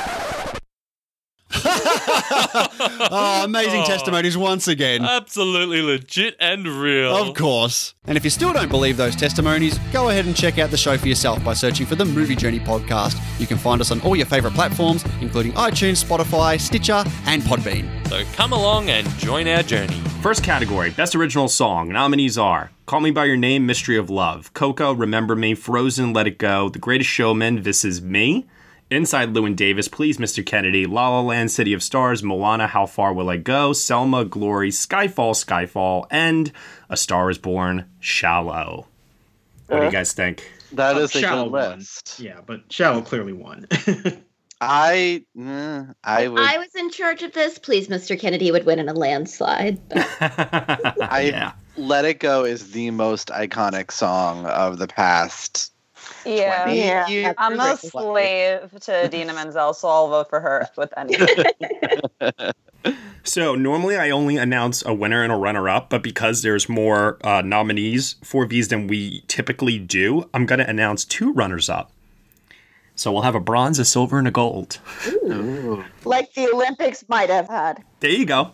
Q: oh, amazing testimonies once again.
P: Absolutely legit and real.
Q: Of course. And if you still don't believe those testimonies, go ahead and check out the show for yourself by searching for the Movie Journey podcast. You can find us on all your favorite platforms, including iTunes, Spotify, Stitcher, and Podbean.
P: So come along and join our journey.
K: First category Best Original Song. Nominees are Call Me By Your Name, Mystery of Love, Coco, Remember Me, Frozen, Let It Go, The Greatest Showman, This Is Me, Inside Lewin Davis, Please Mr. Kennedy, La La Land, City of Stars, Moana, How Far Will I Go, Selma, Glory, Skyfall, Skyfall, and A Star Is Born, Shallow. What do you guys think?
C: That is a
F: Shallow
C: good
F: won.
C: list.
F: Yeah, but Shallow clearly won.
C: I, eh, I would.
M: I was in charge of this. Please, Mr. Kennedy would win in a landslide.
C: I Let It Go is the most iconic song of the past.
E: Yeah,
C: Twenty Yeah. years
E: I'm a
C: ago.
E: slave to Dina Menzel, so I'll vote for her with anything.
K: So normally I only announce a winner and a runner-up, but because there's more uh, nominees for these than we typically do, I'm going to announce two runners-up. So we'll have a bronze, a silver, and a gold.
N: like the Olympics might have had.
K: There you go.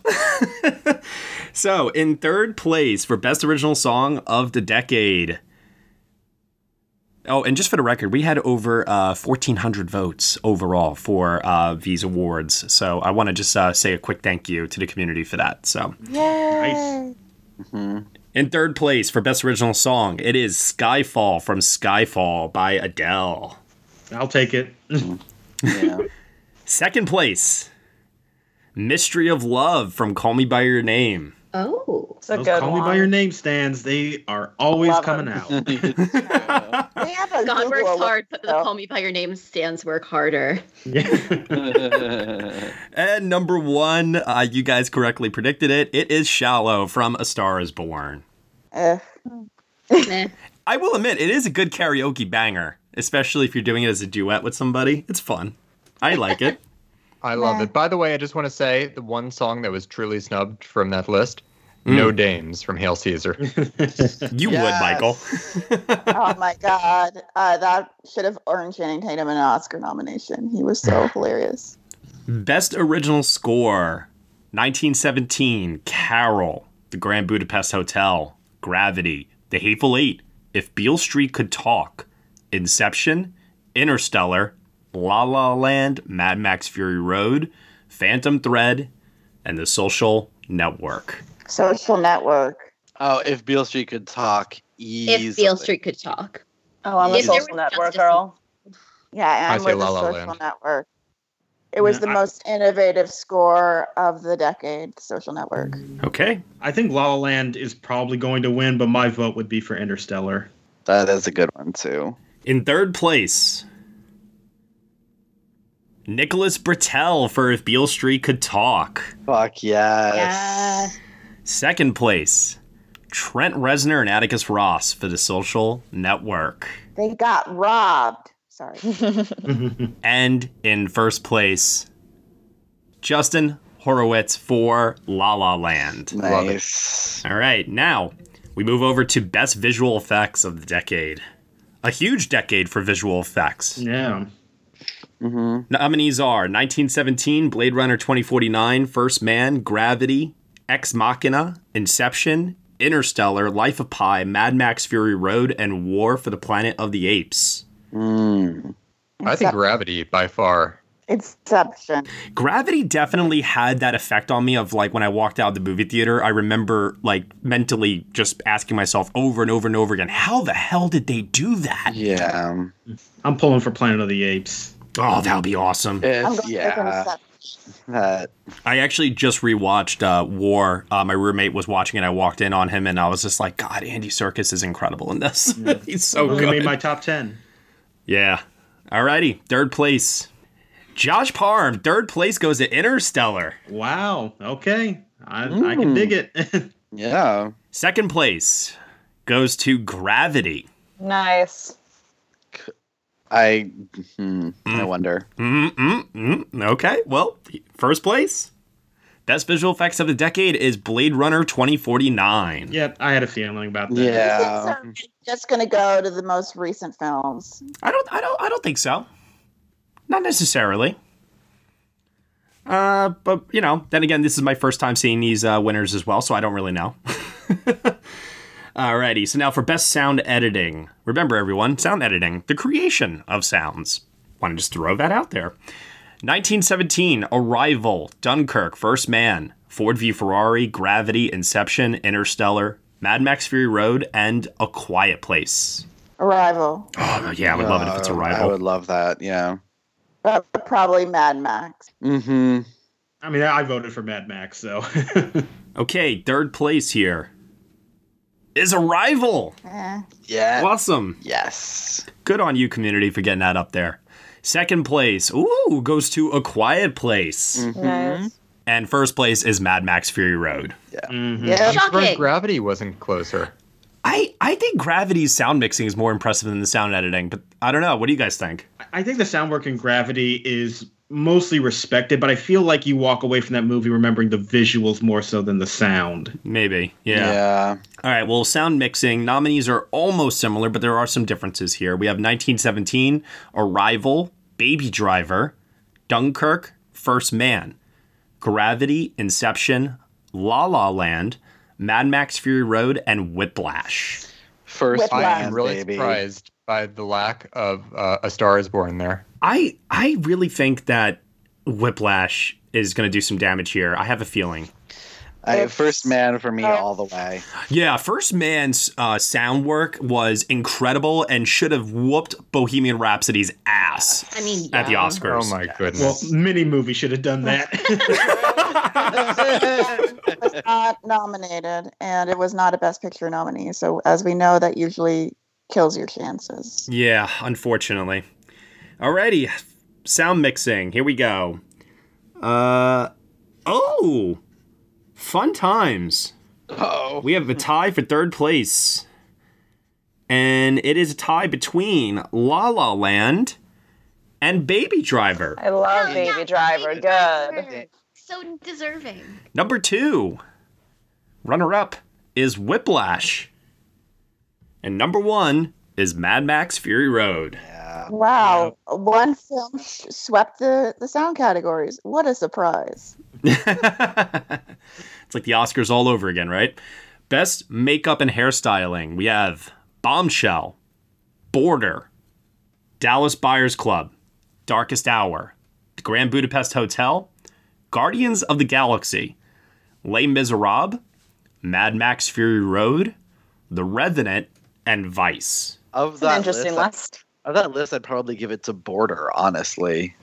K: so in third place for best original song of the decade. Oh, and just for the record, we had over uh, 1,400 votes overall for uh, these awards. So I want to just uh, say a quick thank you to the community for that. So.
G: Nice.
C: Mm-hmm.
K: In third place for Best Original Song, it is Skyfall from Skyfall by Adele.
F: I'll take it.
K: Second place, Mystery of Love from Call Me By Your Name.
M: Oh,
E: it's a
F: Those
E: good
F: Call
E: one.
F: Me by your name stands. They are always coming out.
M: God works hard, but the Call Me By Your Name stands work harder.
K: and number one, uh, you guys correctly predicted it. It is Shallow from A Star is Born. I will admit, it is a good karaoke banger, especially if you're doing it as a duet with somebody. It's fun. I like it.
L: I love it. By the way, I just want to say the one song that was truly snubbed from that list, No Dames from Hail Caesar.
K: Hmm. you
N: Yes.
L: would,
K: Michael.
N: oh my god, uh, that should have earned Channing Tatum an Oscar nomination. He was so hilarious.
K: Best Original Score 1917, Carol, The Grand Budapest Hotel, Gravity, The Hateful Eight, If Beale Street Could Talk, Inception, Interstellar, La La Land, Mad Max Fury Road, Phantom Thread, and The Social Network.
N: Social Network.
C: Oh, if Beale Street could talk, easily.
M: If Beale Street could talk.
E: Oh, I'm a
M: If there
E: social
M: was
E: network
M: justice-
E: girl.
N: Yeah,
C: I
N: and
C: say
N: with
C: La
N: the
C: La
N: Social
C: Land.
N: Network. It was
F: Yeah,
N: the
F: I-
N: most innovative score of the decade, Social Network.
C: Mm.
K: Okay.
F: I think La La Land is probably going to win, but my vote would be for Interstellar.
C: That is a good one too.
K: In third place, Nicholas Britell for If Beale Street Could Talk.
C: Fuck yes.
K: Second place, Trent Reznor and Atticus Ross for The Social Network.
N: They got robbed. Sorry.
K: and in first place, Justin Horowitz for La La Land.
C: Love it.
K: All right, now we move over to best visual effects of the decade. A huge decade for visual effects.
F: Yeah.
K: Nominees are 1917, Blade Runner 2049, First Man, Gravity, Ex Machina, Inception, Interstellar, Life of Pi, Mad Max Fury Road, and War for the Planet of the Apes.
L: Hmm. I think Gravity by far.
N: Inception.
K: Gravity definitely had that effect on me of like when I walked out of the movie theater, I remember like mentally just asking myself over and over and over again, how the hell did they do that?
C: Yeah.
F: I'm pulling for Planet of the Apes.
K: Oh, that would be awesome.
C: If,
N: I'm going to
C: yeah.
N: Inception.
C: that.
K: I actually just rewatched uh, War. Uh, my roommate was watching it. I walked in on him, and I was just like, "God, Andy Circus is incredible in this. He's so
F: Only
K: good."
F: made my top ten.
K: yeah. Alrighty, third place. Josh Parm, third place goes to Interstellar. Hmm.
F: Wow. Okay. I, I can dig it.
C: yeah.
K: Second place goes to Gravity.
E: Nice.
C: I, hmm,
K: Mm.
C: I wonder.
K: Mm-mm-mm. Mm-hmm, Okay, well, first place. Best visual effects of the decade is Blade Runner 2049.
F: Yep, I had a feeling about
K: that.
N: So,
K: Yeah.
N: I'm just gonna go to the most recent films.
K: I don't I don't I don't think so. Not necessarily. Uh, but you know, then again, this is my first time seeing these uh, winners as well, so I don't really know. Alrighty, so now for best sound editing. Remember, everyone, sound editing, the creation of sounds. Want to just throw that out there. 1917, Arrival, Dunkirk, First Man, Ford v Ferrari, Gravity, Inception, Interstellar, Mad Max Fury Road, and A Quiet Place.
N: Arrival.
K: Oh, yeah, I would love it if it's
C: Uh,
K: Arrival.
C: I would love that. Yeah.
N: But probably Mad Max.
C: Mm-hmm.
F: I mean, I voted for Mad Max, so
K: Okay, third place here is Arrival.
N: Eh.
C: Yeah.
K: Awesome.
C: Yes.
K: Good on you, community, for getting that up there. Second place, ooh, goes to A Quiet Place.
E: Nice.
K: And first place is Mad Max Fury Road.
C: Yeah.
F: Mm-hmm.
N: Yeah.
L: I'm surprised
N: Shocking.
L: gravity wasn't closer.
K: I, I think Gravity's sound mixing is more impressive than the sound editing, but I don't know. What do you guys think?
F: I think the sound work in Gravity is mostly respected, but I feel like you walk away from that movie remembering the visuals more so than the sound.
K: Maybe. Yeah. All right. Well, sound mixing nominees are almost similar, but there are some differences here. We have 1917, Arrival, Baby Driver, Dunkirk, First Man, Gravity, Inception, La La Land, Mad Max Fury Road, and Whiplash.
C: First
L: I
C: Man,
L: am really
C: baby.
L: surprised by the lack of uh, A Star Is Born there.
K: I I really think that Whiplash is going to do some damage here. I have a feeling.
C: I, first man for me all the way.
K: Yeah, First Man's uh, sound work was incredible and should have whooped Bohemian Rhapsody's ass
M: I mean,
K: at the
M: yeah.
K: Oscars.
L: Oh my
F: Well,
L: goodness.
F: mini movie should have done that.
N: was not nominated, and it was not a Best Picture nominee. So, as we know, that usually kills your chances.
K: Yeah, unfortunately. Alrighty, sound mixing. Here we go. Uh oh, fun times.
C: Oh,
K: we have a tie for third place, and it is a tie between La La Land and Baby Driver.
E: I love Baby Driver. Good.
M: So deserving.
K: Number two, runner up is Whiplash, and number one is Mad Max Fury Road.
N: Wow, one film sh- swept the the sound categories. What a surprise!
K: It's like the Oscars all over again, right? Best makeup and hairstyling. We have Bombshell, Border, Dallas Buyers Club, Darkest Hour, The Grand Budapest Hotel, Guardians of the Galaxy, Les Miserables, Mad Max Fury Road, The Revenant, and Vice.
C: Of
E: an
C: that
E: interesting
C: list, I- Of that list, I'd probably give it to Border, honestly.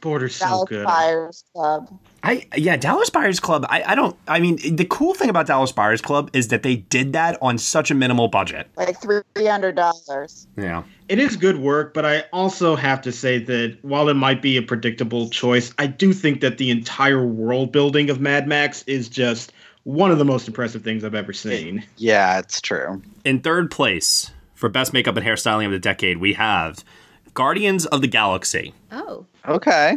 F: Border's
N: Dallas Buyers Club.
K: I yeah, Dallas Buyers Club. I, I don't. I mean, the cool thing about Dallas Buyers Club is that they did that on such a minimal budget.
N: like three hundred dollars.
K: Yeah.
F: It is good work, but I also have to say that while it might be a predictable choice, I do think that the entire world building of Mad Max is just one of the most impressive things I've ever seen.
C: Yeah, it's true.
K: In third place for best makeup and hairstyling of the decade, we have Guardians of the Galaxy.
M: Oh.
C: Okay,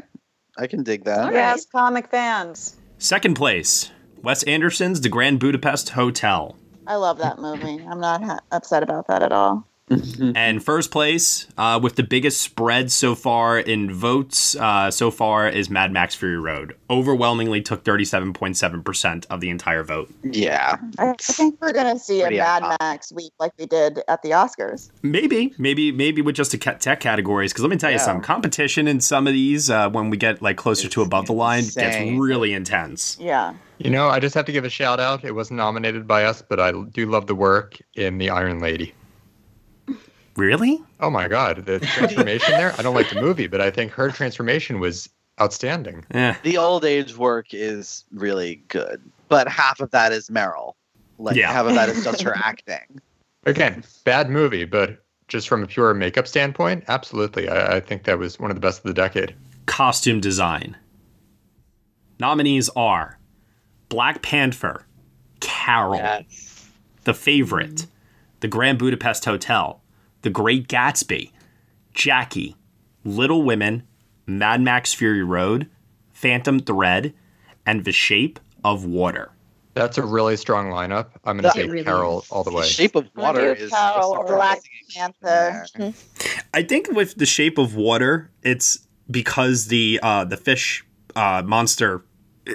C: I can dig that.
E: Yes, comic fans.
K: Second place, Wes Anderson's The Grand Budapest Hotel.
N: I love that movie. I'm not ha- upset about that at all.
K: and first place, uh, with the biggest spread so far in votes, uh, so far is Mad Max Fury Road. Overwhelmingly took 37.7% of the entire vote.
C: Yeah.
N: I I think we're gonna see a
K: Pretty
N: Mad
K: iconic.
N: Max week like we did at the Oscars.
K: Maybe, maybe, maybe with just the ca- tech categories. Because let me tell you
N: Yeah.
K: something, competition in some of these, uh, when we get like closer to above the line, gets
L: insane.
K: really intense.
N: Yeah.
L: You know, I just have to give a shout out. It wasn't nominated by us, but I do love the work in The Iron Lady.
K: Really?
L: Oh my God, the transformation there. I don't like the movie, but I think her transformation was outstanding.
K: Yeah.
C: The old age work is really good, but half of that is Meryl. Like
L: Yeah.
C: half of that is just her acting.
L: Again, bad movie, but just from a pure makeup standpoint, absolutely. I, I think that was one of the best of the decade.
K: Costume design. Nominees are Black Panther, Carol, The Favorite, The Grand Budapest Hotel, The Great Gatsby, Jackie, Little Women, Mad Max Fury Road, Phantom Thread, and The Shape of Water.
L: That's a really strong lineup. I'm going to
N: That-
L: say
N: It really
L: Carol all the way.
C: Shape of
N: I'm gonna do Carol or Black Panther.
E: Mm-hmm.
K: I think with the shape of water, it's because the uh, the fish uh, monster,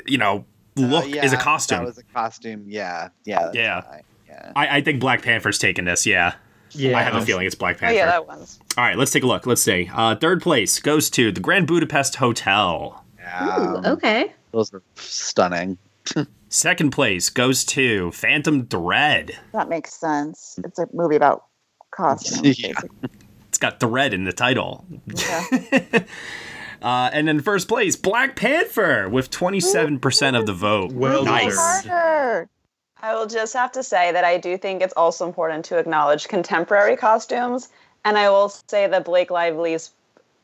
K: you know, look is a costume.
C: Uh, That was a costume. Yeah. Yeah.
K: yeah. I, I think Black Panther's taking this. Yeah.
C: Yeah.
K: I have a feeling it's Black
E: Oh
K: Panther.
E: yeah, that one's.
K: All right, let's take a look. Let's see. Uh, third place goes to the Grand Budapest Hotel.
S: Um,
C: Yeah.
M: okay.
C: Those are stunning.
K: Second place goes to Phantom Thread.
N: That makes sense. It's a movie about costumes.
K: It's got Thread in the title. uh, and then first place, Black Panther with 27% of the vote.
F: Well
K: nice.
N: Carter.
E: I will just have to say that I do think it's also important to acknowledge contemporary costumes, and I will say that Blake Lively's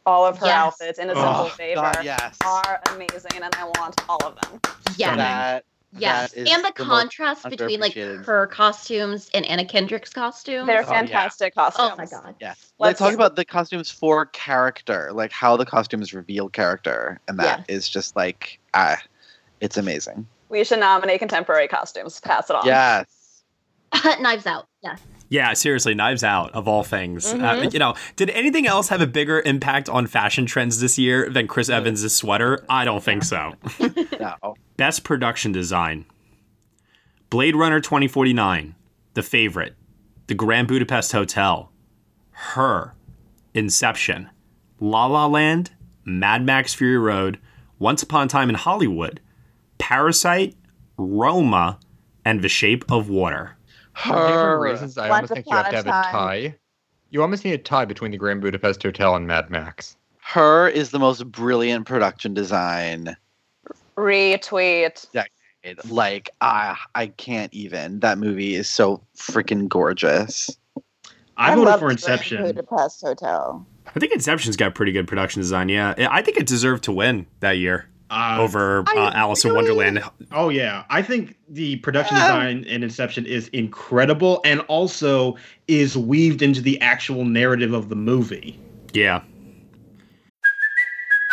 E: all of her
M: Yes.
E: outfits in a simple
C: Oh,
E: favor
C: God, yes.
E: are amazing, and I want all of them.
M: Yeah.
C: That,
M: Yes,
C: that is
M: and the,
C: most
M: contrast between like
C: underappreciated.
M: her costumes and Anna Kendrick's costumes.
E: They're
C: Oh, yeah.
E: fantastic costumes.
M: Oh my god.
C: Yeah.
E: Let's-
C: Let's talk about the costumes for character, like how the costumes reveal character, and that is just like ah, it's amazing.
E: We should nominate contemporary costumes. Pass it on.
C: Yes.
M: Knives out. Yes.
K: Yeah, seriously, Knives Out of all things. Uh,
M: Mhm.
K: you know, did anything else have a bigger impact on fashion trends this year than Chris Evans' sweater? I don't think so.
C: no.
K: Best production design: Blade Runner 2049, The Favorite, The Grand Budapest Hotel, Her, Inception, La La Land, Mad Max Fury Road, Once Upon a Time in Hollywood, Parasite, Roma, and The Shape of Water.
L: I think for
C: Her.
L: reasons I
N: Once
L: almost think you have to have
N: upon
L: a
N: a
L: tie. You almost need a tie between the Grand Budapest Hotel and Mad Max.
C: Her is the most brilliant production design.
E: Retweet.
C: It- Like I, I can't even. That movie is so freaking gorgeous.
F: I,
N: I
F: voted
N: love
F: for
N: the Grand
F: Inception.
N: Budapest Hotel.
K: I think Inception's got pretty good production design. Yeah, I think it deserved to win that year over uh, Alice in Wonderland.
F: Oh yeah, I think the production design in Inception is incredible, and also is weaved into the actual narrative of the movie.
K: Yeah.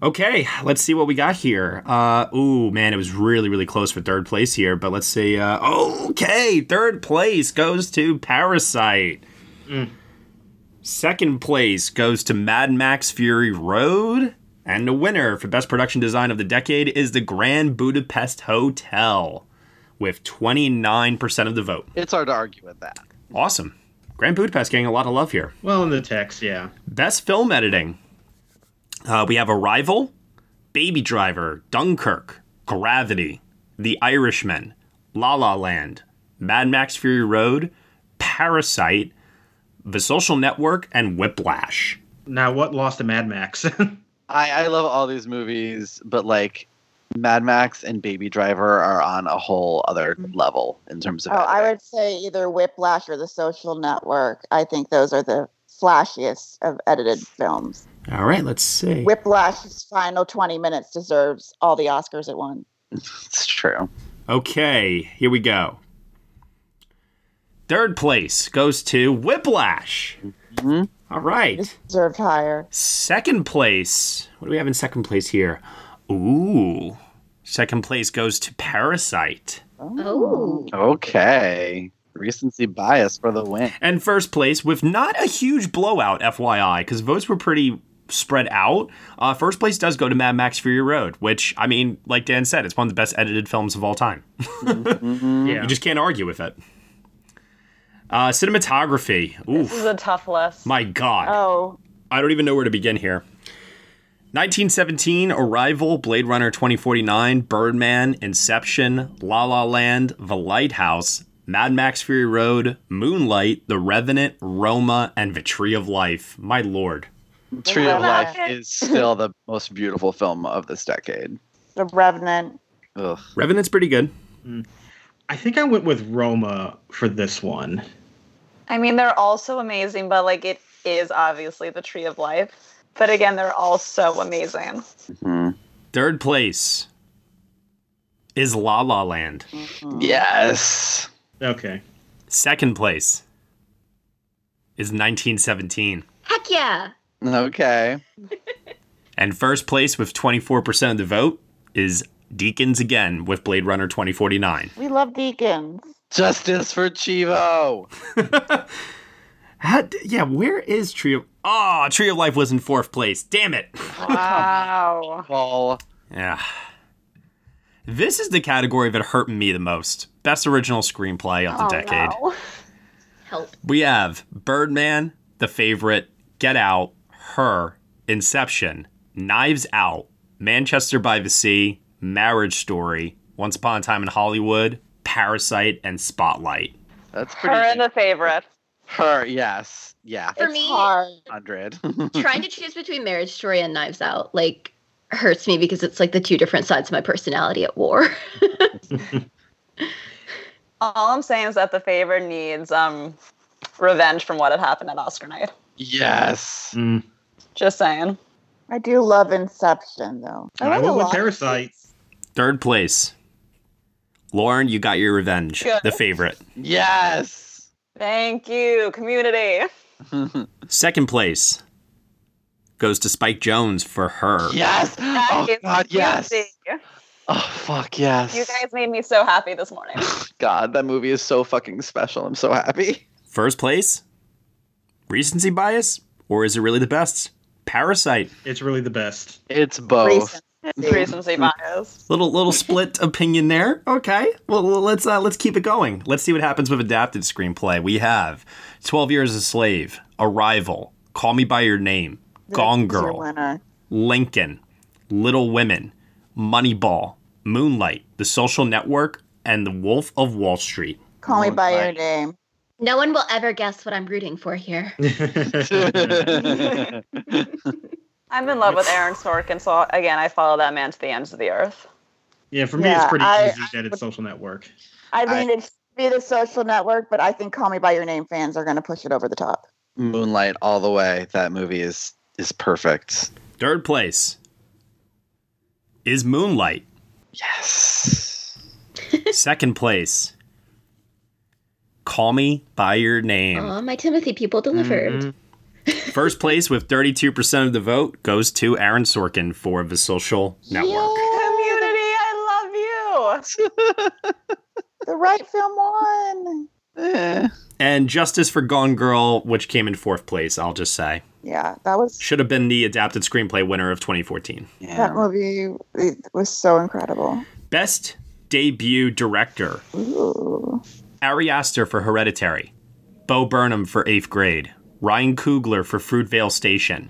K: Okay, let's see what we got here. Uh, ooh, man, it was really, really close for third place here, but let's see. Uh, okay, third place goes to Parasite. Second place goes to Mad Max Fury Road. And the winner for Best Production Design of the Decade is the Grand Budapest Hotel with 29% of the vote.
C: It's hard to argue with that.
K: Awesome. Grand Budapest getting a lot of love here.
F: Well, in the text, yeah.
K: Best film editing. Uh, we have Arrival, Baby Driver, Dunkirk, Gravity, The Irishman, La La Land, Mad Max Fury Road, Parasite, The Social Network, and Whiplash.
F: Now, what lost to Mad Max?
C: I, I love all these movies, but like Mad Max and Baby Driver are on a whole other
M: Mm-hmm.
C: level in terms
N: Oh,
C: of. editing.
N: I would say either Whiplash or The Social Network. I think those are the flashiest of edited films.
K: All right, let's see.
N: Whiplash's final 20 minutes deserves all the Oscars it won.
C: It's true.
K: Okay, here we go. Third place goes to Whiplash. All right.
N: Deserved higher.
K: Second place. What do we have in second place here? Ooh. Second place goes to Parasite.
M: Oh.
C: Okay. Recency bias for the win.
K: And first place with not a huge blowout, FYI, because votes were pretty spread out. Uh, first place does go to Mad Max Fury Road, which, I mean, like Dan said, it's one of the best edited films of all time.
C: Yeah.
K: You just can't argue with it. Uh, cinematography.
E: This
K: Oof.
E: is a tough list.
K: My God.
E: Oh,
K: I don't even know where to begin here. 1917, Arrival, Blade Runner 2049, Birdman, Inception, La La Land, The Lighthouse, Mad Max Fury Road, Moonlight, The Revenant, Roma, and The Tree of Life. My lord.
C: Tree of Life is still the most beautiful film of this decade.
N: The Revenant.
C: Ugh.
K: Revenant's pretty good.
F: Hmm. I think I went with Roma for this one.
E: I mean, they're all so amazing, but like it is obviously the tree of life. But again, they're all so amazing.
K: Hmm. Third place is La La Land.
C: Yes.
F: Okay.
K: Second place is 1917.
M: Heck yeah.
C: Okay.
K: And first place with 24% of the vote is Deacons again with Blade Runner 2049.
N: We love Deacons.
C: Justice for Chivo.
K: How- yeah, where is Tree of Ah, Tree of Life was in fourth place. Damn it.
E: Wow.
C: Paul.
K: Yeah. This is the category that hurt me the most. Best original screenplay
N: Oh,
E: Oh,
K: of the decade.
M: Help.
K: We have Birdman, The Favorite, Get Out, Her, Inception, Knives Out, Manchester by the Sea, Marriage Story, Once Upon a Time in Hollywood, Parasite, and Spotlight.
C: That's pretty.
E: Her and the favorite.
C: Her, yes. Yeah.
M: For me, hard.
C: 100.
M: trying to choose between Marriage Story and Knives Out like hurts me because it's like the two different sides of my personality at war.
E: All I'm saying is that the favorite needs um revenge from what had happened at Oscar night.
C: yes.
K: Mm.
E: Just saying.
N: I do love Inception though.
E: I like
K: went
E: a
K: with
E: lot.
F: Parasite.
K: Third place. Lauren, you got your revenge.
E: Good.
K: The favorite.
C: Yes.
E: Thank you, community.
K: Second place goes to Spike Jones for her.
C: Yes. Oh,
E: That is
C: God, yes.
E: community.
C: Oh, fuck, yes.
E: You guys made me so happy this morning.
C: God, that movie is so fucking special. I'm so happy.
K: First place? Recency bias? Or is it really the best? Parasite.
F: It's really the best.
C: It's both.
E: Recency bias.
K: Little little split opinion there. Okay. Well, well, let's uh, let's keep it going. Let's see what happens with adapted screenplay. We have 12 Years a Slave, Arrival, Call Me by Your Name, Gone
N: Your
K: Girl,
N: winner.
K: Lincoln, Little Women, Moneyball, Moonlight, The Social Network, and The Wolf of Wall Street.
N: Call
C: Oh
N: me by your name.
M: no one will ever guess what I'm rooting for here.
E: I'm in love with Aaron Sorkin, so again, I follow that man to the ends of the earth.
F: Yeah, for me,
N: Yeah,
F: it's pretty
N: I-
F: easy that it's Social Network.
N: I mean, it's be the social network, but I think Call Me by Your Name fans are going to push it over the top.
C: Moonlight all the way. That movie is is perfect.
K: Third place is Moonlight. Yes. Second place, Call Me by Your Name.
M: Aw, my Timothy people delivered.
K: First place with 32% of the vote goes to Aaron Sorkin for The Social Network.
E: Community, I love you.
N: The right film won.
M: Eh.
K: And Justice for Gone Girl, which came in fourth place, I'll just say.
N: Yeah, that was
K: Should have been the adapted screenplay winner of 2014.
N: that movie it was so incredible.
K: Best debut director. Ari Aster for Hereditary, Bo Burnham for Eighth Grade, Ryan Coogler for Fruitvale Station,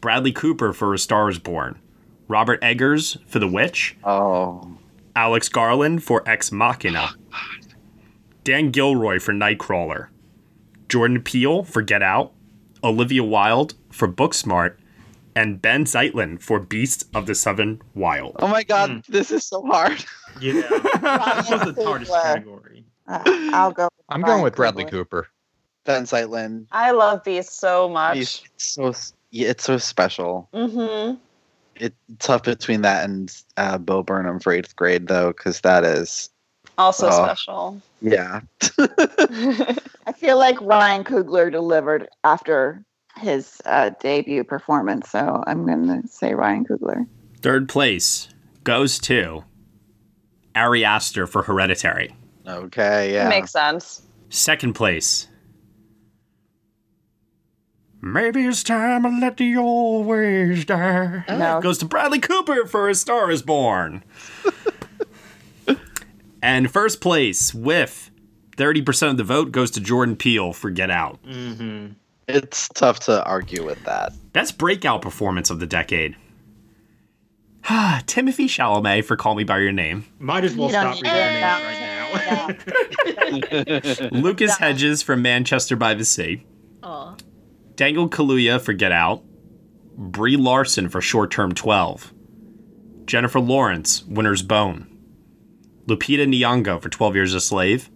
K: Bradley Cooper for A Star Is Born, Robert Eggers for The Witch,
C: Oh.
K: Alex Garland for Ex Machina, Dan Gilroy for Nightcrawler, Jordan Peele for Get Out, Olivia Wilde for Booksmart, and Ben Zeitlin for Beasts of the Southern Wild.
C: Oh my god, this is so hard.
F: Yeah.
N: Hmm. This was the hardest category. I'll go.
L: I'm going with Bradley Cooper.
C: Ben Zeitlin.
E: I love Beast so much.
C: He's so yeah, it's so special.
E: Mm-hmm.
C: It's tough between that and uh, Bo Burnham for eighth grade though, because that is
E: Also
C: Oh.
E: special.
C: Yeah.
N: I feel like Ryan Coogler delivered after his uh, debut performance, so I'm going to say Ryan Coogler.
K: Third place goes to Ari Aster for Hereditary.
C: Okay,
E: Makes sense.
K: Second place,
J: Maybe it's time to let the old ways die.
N: Oh.
M: Oh.
E: No.
K: goes to Bradley Cooper for A Star is Born. and first place with 30% of the vote goes to Jordan Peele for Get Out.
C: Mm-hmm. It's tough to argue with that.
K: Best breakout performance of the decade. Timothy Chalamet for Call Me By Your Name.
F: Might as well
N: You don't
F: stop
N: need
F: reading it
N: that.
F: right now.
K: Lucas Hedges from Manchester by the Sea.
M: Aw.
K: Dangle Kaluuya for Get Out, Brie Larson for Short Term 12, Jennifer Lawrence, Winter's Bone, Lupita Nyong'o for 12 Years a Slave,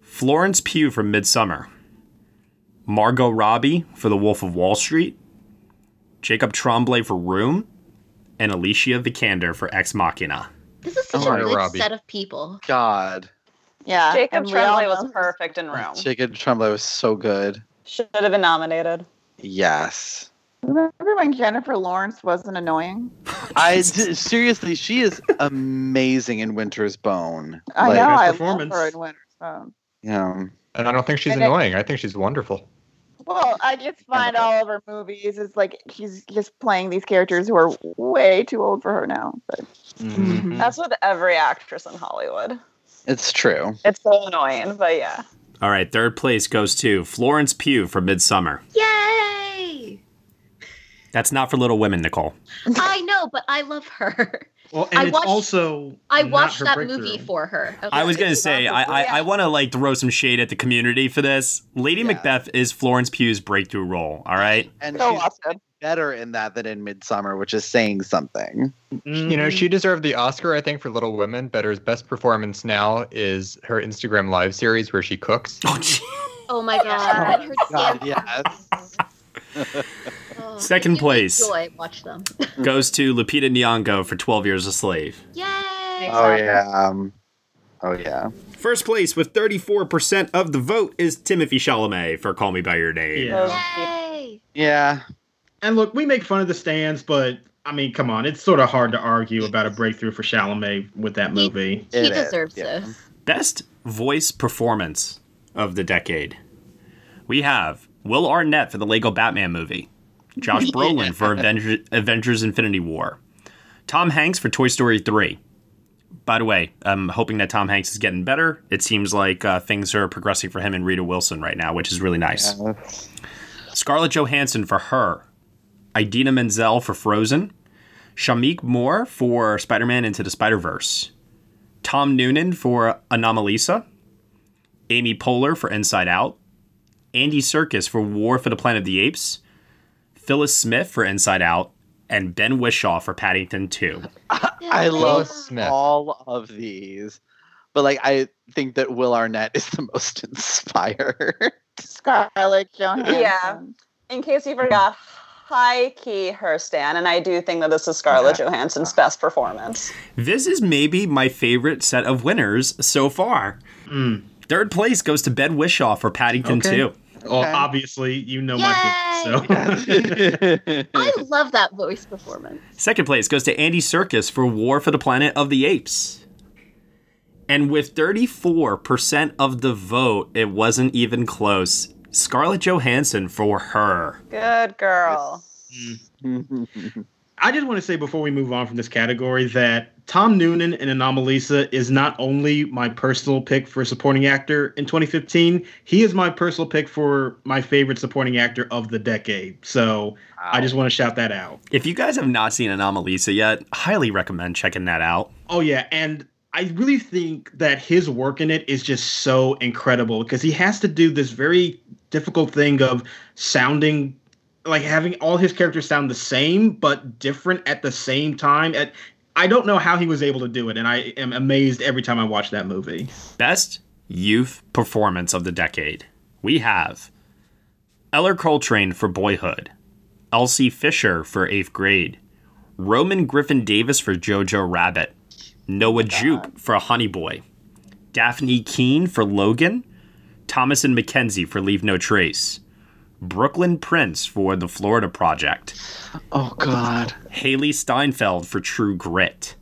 K: Florence Pugh for Midsummer, Margot Robbie for The Wolf of Wall Street, Jacob Tremblay for Room, and Alicia Vikander for Ex Machina.
M: This is such
K: Sorry,
M: a good
K: Robbie.
M: set of people.
C: God.
N: Yeah.
E: Jacob
N: and we all
E: Tremblay
N: know
E: was perfect in Room.
C: Jacob Tremblay was so good.
E: Should have been nominated.
C: Yes.
N: Remember when Jennifer Lawrence wasn't annoying?
C: I d- seriously, she is amazing in Winter's Bone.
N: I
C: Like,
N: know. I love her in Winter's Bone.
C: Yeah.
L: And I don't think she's
N: And it-
L: annoying. I think she's wonderful.
N: Well, I just find all of her movies is like she's just playing these characters who are way too old for her now. But
E: That's with every actress in Hollywood.
C: It's true.
E: It's so annoying, but yeah.
K: All right, third place goes to Florence Pugh for Midsummer.
M: Yay!
K: That's not for Little Women, Nicole.
M: I know, but I love her.
F: Well, and
M: I
F: it's
M: watched-
F: also
M: I
F: not
M: watched
F: her
M: that
F: breakthrough.
M: movie for her.
K: I was
M: Okay.
K: gonna say I I, I want to like throw some shade at the community for this. Lady Macbeth is Florence Pugh's breakthrough role. All right,
C: And
N: So
C: she's better in that than in Midsummer, which is saying something.
L: You know, she deserved the Oscar, I think, for Little Women, but her best performance now is her Instagram live series where she cooks.
M: Oh my god! Her
C: God, yes.
M: Oh,
K: second place
M: Joy, watch them.
K: goes to Lupita Nyong'o for Twelve Years a Slave.
C: Oh yeah. Um, oh yeah.
K: First place with thirty four percent of the vote is Timothy Chalamet for Call Me by Your Name.
M: Yay!
C: Yeah.
F: And look, we make fun of the stands, but I mean, come on, it's sort of hard to argue about a breakthrough for Chalamet with that movie.
M: he deserves this.
K: Best voice performance of the decade. We have Will Arnett for the Lego Batman movie, Josh Brolin for Avenger, Avengers Infinity War, Tom Hanks for Toy Story 3. By the way, I'm hoping that Tom Hanks is getting better. It seems like uh, things are progressing for him and Rita Wilson right now, which is really nice. Scarlett Johansson for her, Idina Menzel for Frozen, Shamik Moore for Spider Man Into the Spider Verse, Tom Noonan for Anomalisa, Amy Poehler for Inside Out, Andy Serkis for War for the Planet of the Apes, Phyllis Smith for Inside Out, and Ben Wishaw for Paddington 2.
C: I love
L: Smith.
C: all of these, but like I think that Will Arnett is the most inspired.
N: Scarlett Johansson.
E: Yeah. In case you forgot, high key her stand, and I do think that this is Scarlett Johansson's best performance.
K: This is maybe my favorite set of winners so far. Third place goes to Ben Wishaw for Paddington
F: Hmm. Okay.
K: 2.
F: Well, obviously, you know my pick, so.
M: I love that voice performance.
K: Second place goes to Andy Serkis for War for the Planet of the Apes. And with 34% of the vote, it wasn't even close. Scarlett Johansson for her.
E: Good girl.
F: I just want to say before we move on from this category that Tom Noonan in Anomalisa is not only my personal pick for supporting actor in 2015, he is my personal pick for my favorite supporting actor of the decade. So I just want to shout that out.
K: If you guys have not seen Anomalisa yet, highly recommend checking that out.
F: Oh yeah, and I really think that his work in it is just so incredible because he has to do this very difficult thing of sounding like having all his characters sound the same but different at the same time. At I don't know how he was able to do it, and I am amazed every time I watch that movie.
K: Best youth performance of the decade. We have Eller Coltrane for Boyhood, Elsie Fisher for Eighth Grade, Roman Griffin Davis for Jojo Rabbit, Noah Jupe for Honey Boy, Daphne Keene for Logan, Thomas and McKenzie for Leave No Trace, Brooklyn Prince for The Florida Project.
C: Oh, God.
K: Haley Steinfeld for True Grit,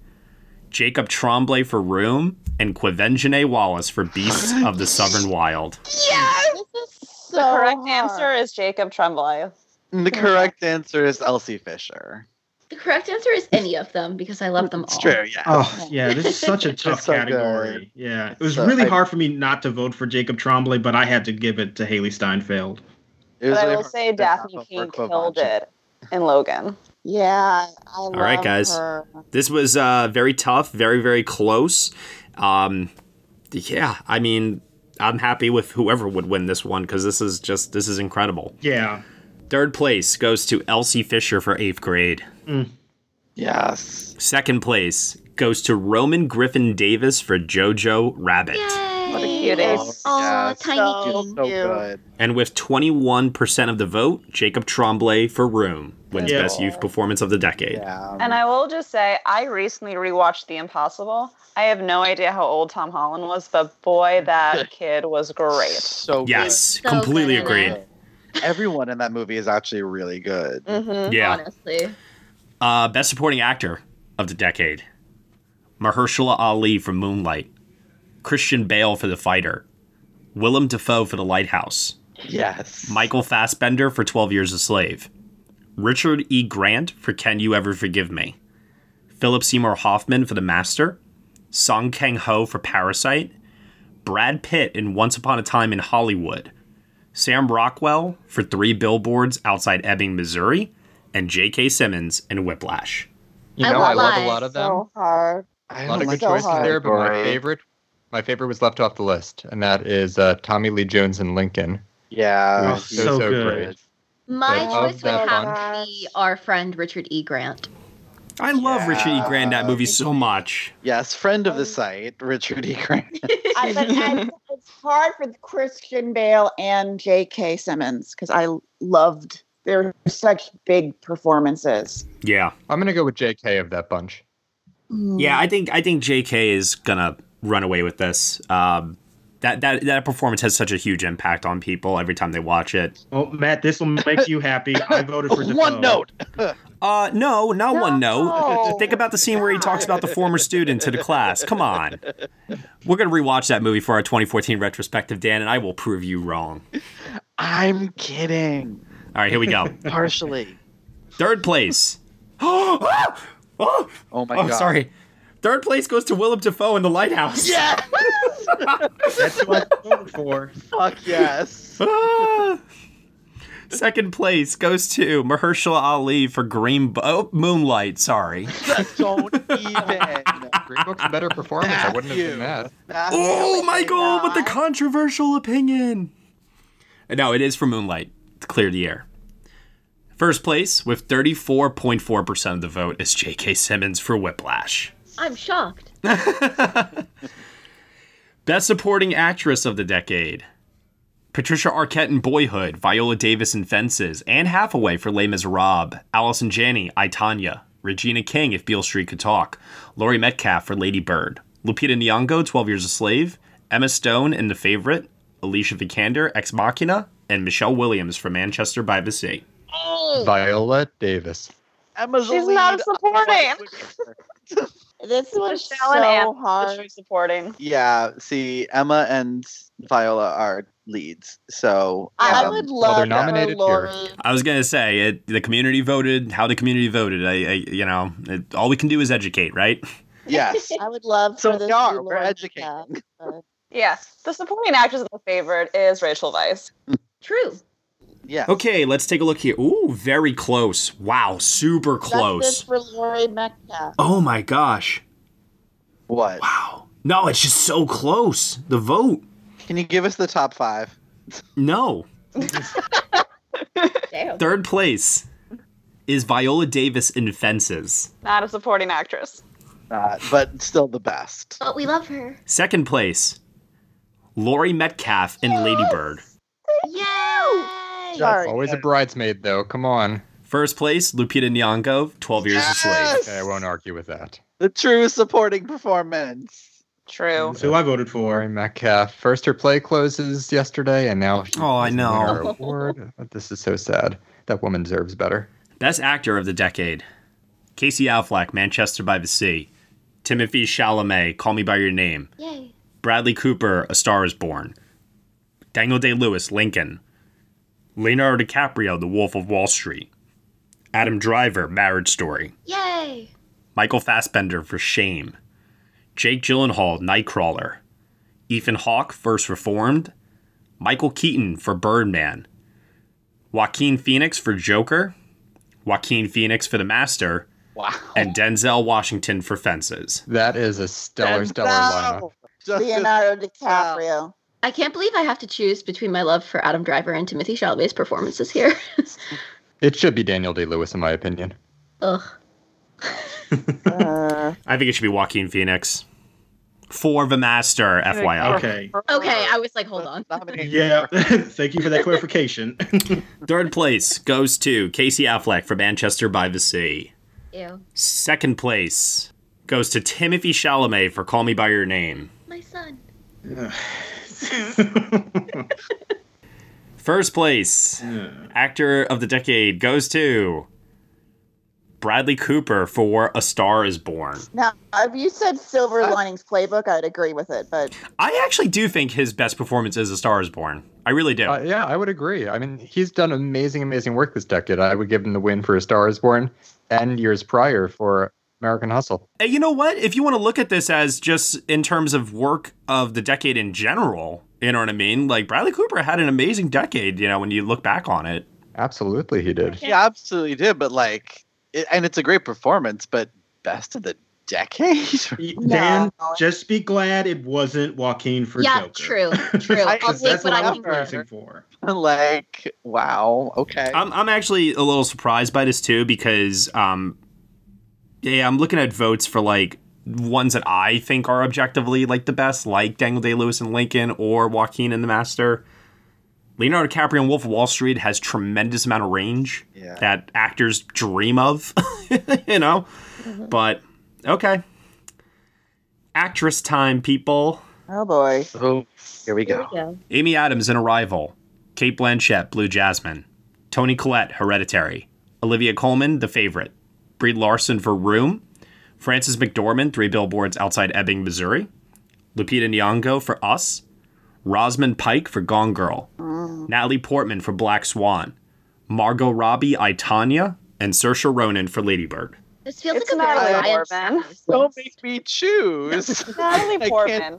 K: Jacob Tremblay for Room, and Quivenjane Wallace for Beasts of the Southern Wild.
E: Yes. the correct answer is Jacob Tremblay.
C: The correct answer is Elsie Fisher.
M: The correct answer is any of them because I love them all.
C: It's true, yeah.
F: Oh yeah, this is such a tough
C: so good.
F: category. Yeah, it was
C: So
F: really
C: I-
F: hard for me not to vote for Jacob Tremblay, but I had to give it to Haley Steinfeld.
E: But I will say Daphne King killed it in Logan.
N: Yeah.
K: All right, guys. This was uh, very tough, very, very close. Um, yeah, I mean, I'm happy with whoever would win this one because this is just, this is incredible.
F: Yeah.
K: Third place goes to Elsie Fisher for eighth grade.
F: Mm.
C: Yes.
K: Second place goes to Roman Griffin Davis for JoJo Rabbit.
M: What
E: a cutie.
M: Oh, tiny
C: so,
M: thing.
C: so good.
K: And with 21% of the vote, Jacob Tremblay for Room wins
E: Yeah.
K: Best Youth Performance of the Decade.
E: And I will just say, I recently rewatched The Impossible. I have no idea how old Tom Holland was, but boy, that kid was great.
C: So
K: Yes,
C: good.
K: completely agreed.
C: Everyone in that movie is actually really good.
E: Mm-hmm.
K: Yeah.
M: Honestly.
K: Uh, best Supporting Actor of the Decade Mahershala Ali for Moonlight, Christian Bale for The Fighter, Willem Dafoe for The Lighthouse,
C: Yes.
K: Michael Fassbender for 12 Years a Slave, Richard E. Grant for Can You Ever Forgive Me, Philip Seymour Hoffman for The Master, Song Kang Ho for Parasite, Brad Pitt in Once Upon a Time in Hollywood, Sam Rockwell for Three Billboards Outside Ebbing, Missouri, and J.K. Simmons in Whiplash.
L: You know, I, love a lot of them.
N: So hard.
L: a lot of good
N: so
L: choices
N: hard.
L: there, but Oh my
C: Category.
L: favorite, my favorite was left off the list, and that is uh, Tommy Lee Jones and Lincoln.
C: Yeah.
L: It was so,
F: Oh, so
L: so,
F: good.
L: great.
M: My
L: But of
M: choice would
L: that
M: have to be our friend Richard E. Grant.
K: I love Richard E. Grant in that movie so much.
C: Yes, friend of the site, Richard E. Grant.
N: I, Uh, but I, it's hard for Christian Bale and J.K. Simmons because I loved their such big performances.
K: Yeah.
L: I'm gonna go with J.K. of that bunch.
C: Hmm.
K: Yeah, I think I think J.K. is gonna run away with this. Um, that that that performance has such a huge impact on people every time they watch it.
F: Well, Oh, Matt, this will make you happy. I voted for Defoe.
C: One note.
K: Uh, no, not one note. Think about the scene where he talks about the former student to the class. Come on, we're gonna rewatch that movie for our 2014 retrospective, Dan, and I will prove you wrong.
C: I'm kidding.
K: All right, here we go.
C: Partially.
K: Third place. oh, oh,
C: Oh my
K: oh,
C: god.
K: sorry. Third place goes to Willem Dafoe in The Lighthouse.
C: Yes.
F: That's what I voted for.
C: Fuck yes.
K: Ah. Second place goes to Mahershala Ali for Green Bo- oh, Moonlight. Sorry.
C: Don't even.
L: Green Book's a better performance. I wouldn't have been mad.
K: Oh, Michael with the controversial opinion. No, it is for Moonlight. To clear the air. First place with 34.4% of the vote is J.K. Simmons for Whiplash.
M: I'm shocked.
K: Best Supporting Actress of the Decade. Patricia Arquette in Boyhood, Viola Davis in Fences, Anne Hathaway for Les Miserables, Allison Janney, I, Tanya, Regina King if Beale Street Could Talk, Laurie Metcalf for Lady Bird, Lupita Nyong'o, 12 Years a Slave, Emma Stone in The Favorite, Alicia Vikander, Ex Machina, and Michelle Williams for Manchester by the Sea. Oh.
L: Viola Davis.
C: Emma's
E: She's not supporting.
N: This was
E: Michelle and Anne
N: so
E: were the
N: hard.
E: true supporting.
C: Yeah, see, Emma and Viola are leads. So
N: I
C: um,
N: would
F: Oh,
L: well, they're
N: love for
L: nominated here.
N: Lori.
K: I was gonna say it, the community voted how the community voted. I, I you know, it, all we can do is educate, right?
C: Yes.
N: I would love
C: So
N: for this
C: we are.
N: to be
C: We're
N: Lori
C: educating.
N: Metcalf, but-
E: Yeah, the supporting actress in the favorite is Rachel Weisz.
M: True.
C: Yeah.
K: Okay, let's take a look here. Ooh, very close. Wow, super
N: Justice
K: close.
N: for Lori Metcalf.
K: Oh my gosh.
C: What?
K: Wow. No, it's just so close. The vote.
C: Can you give us the top five?
K: No.
M: Damn.
K: Third place is Viola Davis in Fences.
E: Not a supporting actress.
C: Not, Uh, but still the best.
M: But we love her.
K: Second place, Lori Metcalf in Ladybird.
M: Yay!
N: Sorry.
L: Always a bridesmaid, though. Come on.
K: First place, Lupita Nyong'o, 12 Years a Slave.
L: Okay, I won't argue with that.
C: The true supporting performance.
E: True.
F: That's who I voted for.
L: Metcalf. First, her play closes yesterday, and now. She
K: Oh, I
L: doesn't win her
K: know.
L: award. This is so sad. That woman deserves better.
K: Best actor of the decade. Casey Affleck, Manchester by the Sea. Timothy Chalamet, Call Me By Your Name.
M: Yay.
K: Bradley Cooper, A Star is Born. Daniel Day Lewis, Lincoln. Leonardo DiCaprio, The Wolf of Wall Street. Adam Driver, Marriage Story.
M: Yay.
K: Michael Fassbender for Shame, Jake Gyllenhaal Nightcrawler, Ethan Hawke First Reformed, Michael Keaton for Birdman, Joaquin Phoenix for Joker, Joaquin Phoenix for The Master,
C: Wow.
K: and Denzel Washington for Fences.
L: That is a stellar, stellar lineup.
N: Leonardo DiCaprio.
M: I can't believe I have to choose between my love for Adam Driver and Timothy Chalamet's performances here.
L: It should be Daniel Day Lewis, in my opinion.
M: Ugh.
K: I think it should be Joaquin Phoenix for The Master, FYI.
F: Okay.
M: Okay, I was like, hold on.
F: Yeah. Thank you for that clarification.
K: Third place goes to Casey Affleck for Manchester by the Sea.
M: Ew.
K: Second place goes to Timothy Chalamet for Call Me By Your Name.
M: My son.
K: First place, actor of the decade goes to Bradley Cooper for A Star is Born.
N: Now, if you said Silver
C: Uh,
N: Linings Playbook, I'd agree with it, but
K: I actually do think his best performance is A Star is Born. I really do.
L: Uh, yeah, I would agree. I mean, he's done amazing, amazing work this decade. I would give him the win for A Star is Born and years prior for American Hustle.
K: And you know what? If you want to look at this as just in terms of work of the decade in general, you know what I mean? Like Bradley Cooper had an amazing decade, you know, when you look back on it.
L: Absolutely, he did.
C: He absolutely did, but like, it, and it's a great performance, but best of the decade.
F: Dan, just be glad it wasn't Joaquin for
M: yeah,
F: Joker.
M: true. True.
C: I-
M: I'll take
F: That's
M: what
F: what
M: I
F: I'm
M: can
F: praising for.
C: like, wow, okay.
K: I'm, I'm actually a little surprised by this too because um yeah i'm looking at votes for like ones that i think are objectively like the best like daniel day-lewis and lincoln or joaquin and the master leonardo dicaprio and wolf of wall street has tremendous amount of range that actors dream of you know
N: Mm-hmm.
K: but okay actress time people
N: oh boy
C: oh here we
N: we go.
K: Amy Adams in Arrival, Kate Blanchett, Blue Jasmine, Tony Collette, Hereditary, Olivia Colman, The Favorite, Brie Larson for Room, Frances McDormand, Three Billboards Outside Ebbing, Missouri, Lupita Nyong'o for Us, Rosamund Pike for Gone Girl, Natalie Portman for Black Swan, Margot Robbie, I Tanya, and Saoirse Ronan for Ladybird.
M: This feels
E: It's
M: like a very
E: Natalie
M: Ryan
E: Portman.
C: Don't make me choose.
E: Natalie
C: I can't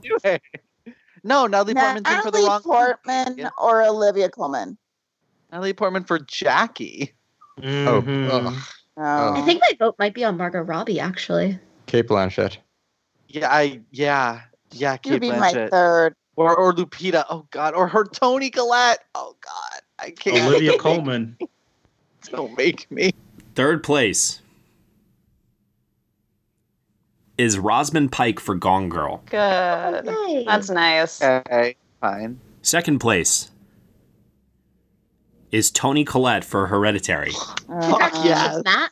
E: Portman.
C: do it. No, Natalie Portman's in for the
N: Natalie
C: wrong.
N: Portman or Olivia Colman.
C: Natalie Portman for Jackie.
F: Mm-hmm.
L: Oh, ugh.
M: I think my vote might be on Margot Robbie, actually.
L: Kate Blanchett.
C: Yeah, I yeah yeah.
N: You'd
C: Kate
N: be my
C: Blanchett.
N: third.
C: Or or Lupita. Oh God. Or her Tony Collette. Oh God. I can't.
F: Olivia Coleman.
C: Don't make me.
K: Third place is Rosamund Pike for Gone Girl.
E: Good. That's nice.
C: Okay, fine.
K: Second place is Tony Collette for Hereditary.
N: Oh,
C: Fuck yes.
M: Matt?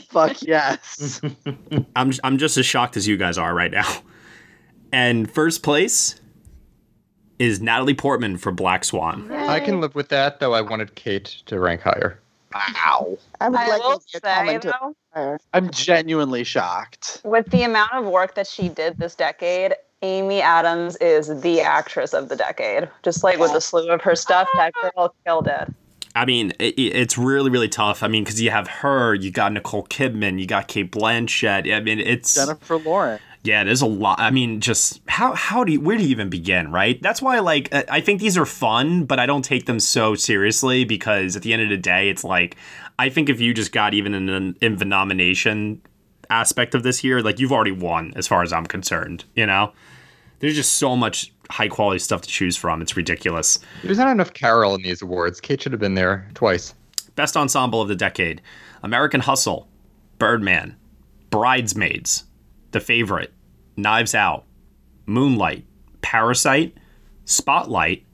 C: Fuck yes.
K: I'm I'm just as shocked as you guys are right now. And first place is Natalie Portman for Black Swan.
L: I can live with that, though I wanted Kate to rank higher.
C: Wow.
N: I would
E: I
N: like
E: will
N: Olivia
E: say
N: Colman to
E: though,
C: I'm genuinely shocked.
E: with the amount of work that she did this decade, Amy Adams is the actress of the decade. Just like with the slew of her stuff, that girl killed it.
K: I mean, it, it- it's really really tough. I mean, because you have her, you got Nicole Kidman, you got Kate Blanchett. I mean, it's
C: Jennifer Lawrence.
K: Yeah, there's a lot. I mean, just how how do you, where do you even begin, right? That's why like I I think these are fun, but I don't take them so seriously because at the end of the day, it's like I think if you just got even in, in the nomination aspect of this year, like you've already won as far as I'm concerned. You know, there's just so much high quality stuff to choose from. It's ridiculous.
L: There's not enough Carol in these awards. Kate should have been there twice.
K: Best Ensemble of the Decade American Hustle, Birdman, Bridesmaids, The Favorite, Knives Out, Moonlight, Parasite, Spotlight,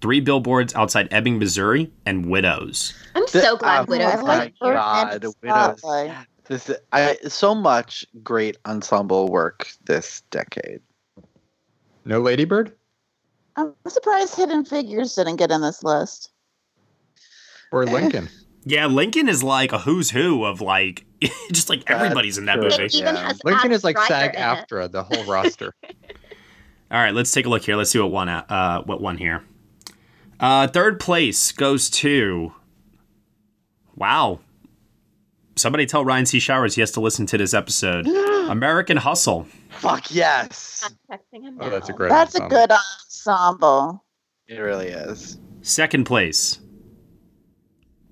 K: Three Billboards Outside Ebbing, Missouri, and Widows.
M: I'm so glad Widows.
C: like
M: won.
C: oh God, Widows. This is, I, so much great ensemble work this decade.
L: No Ladybird?
N: I'm surprised Hidden Figures didn't get in this list.
L: Or Lincoln?
K: Yeah, Lincoln is like a who's who of like just like everybody's in that
L: true.
K: movie.
L: It even Yeah. has Lincoln is like Adam Driver in it. SAG-AFTRA, the whole roster.
K: All right, let's take a look here. Let's see what one uh what one here. Uh third place goes to Wow. Somebody tell Ryan C. Showers he has to listen to this episode. American Hustle.
C: Fuck yes.
L: Oh, that's a great
N: That's a good ensemble.
C: It really is.
K: Second place.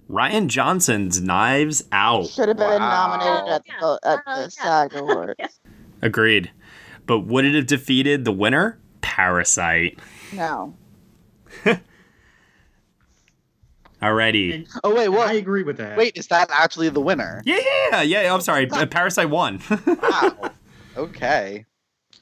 K: Ryan Johnson's Knives Out.
N: Should have been nominated at the, vo- at the SAG Awards.
K: Agreed. But would it have defeated the winner? Parasite.
N: No.
K: Alrighty.
C: Oh wait, what? I
F: agree with that.
C: Wait, is that actually the winner?
K: Yeah, yeah, yeah. yeah, I'm sorry. Uh, Parasite won.
C: Okay.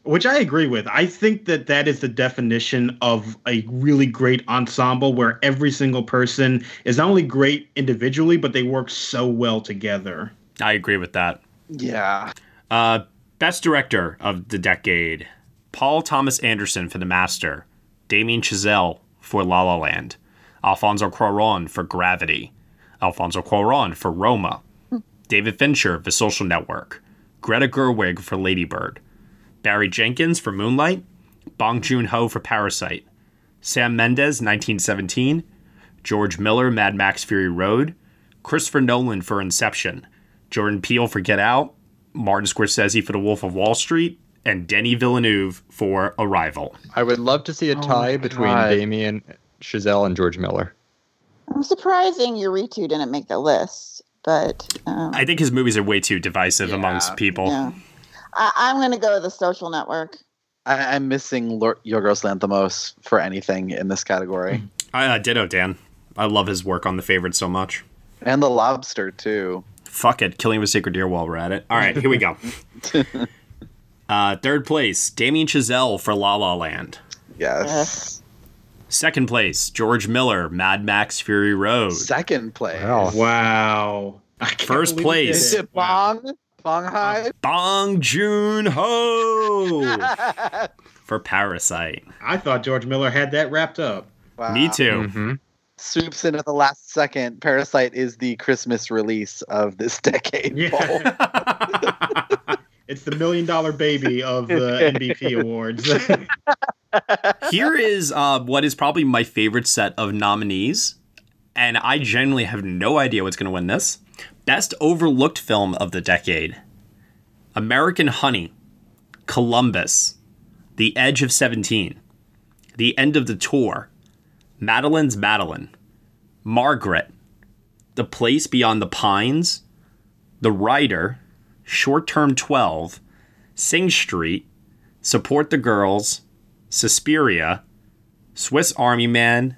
F: Which I agree with. I think that that is the definition of a really great ensemble where every single person is not only great individually, but they work so well together.
K: I agree with that.
C: Yeah.
K: Uh, best director of the decade: Paul Thomas Anderson for The Master, Damien Chazelle for La La Land, Alfonso Cuarón for Gravity, Alfonso Cuarón for Roma, David Fincher for Social Network, Greta Gerwig for Ladybird, Barry Jenkins for Moonlight, Bong Joon Ho for Parasite, Sam Mendes 1917, George Miller Mad Max Fury Road, Christopher Nolan for Inception, Jordan Peele for Get Out, Martin Scorsese for The Wolf of Wall Street, and Denny Villeneuve for Arrival.
L: I would love to see a tie between
K: God.
L: Damien Chazelle and George Miller.
N: I'm surprising Uritu didn't make the list, but um,
K: I think his movies are way too divisive amongst people.
N: Yeah. I, I'm going to go with the social network.
C: I, I'm missing Lor- Yorgos Lanthimos for anything in this category,
K: I uh, ditto Dan. I love his work on The Favorite so much.
C: and the Lobster too.
K: Fuck it, killing of a sacred deer while we're at it. All right, here we go. Uh, third place, Damien Chazelle for La La Land.
C: Yes.
K: Second place, George Miller, Mad Max Fury Road.
C: Second place.
F: Wow.
K: First place,
C: Is it Bong? Bong Hai?
K: Bong Joon Ho for Parasite.
F: I thought George Miller had that wrapped up.
K: Me too.
C: Swoops in at the last second. Parasite is the Christmas release of this decade. Paul.
F: It's the million dollar baby of the MVP awards.
K: Here is uh, what is probably my favorite set of nominees, and I genuinely have no idea what's going to win this. Best overlooked film of the decade American Honey, Columbus, The Edge of 17, The End of the Tour, Madeline's Madeline, Margaret, The Place Beyond the Pines, The Rider, Short Term 12, Sing Street, Support the Girls, Suspiria, Swiss Army Man,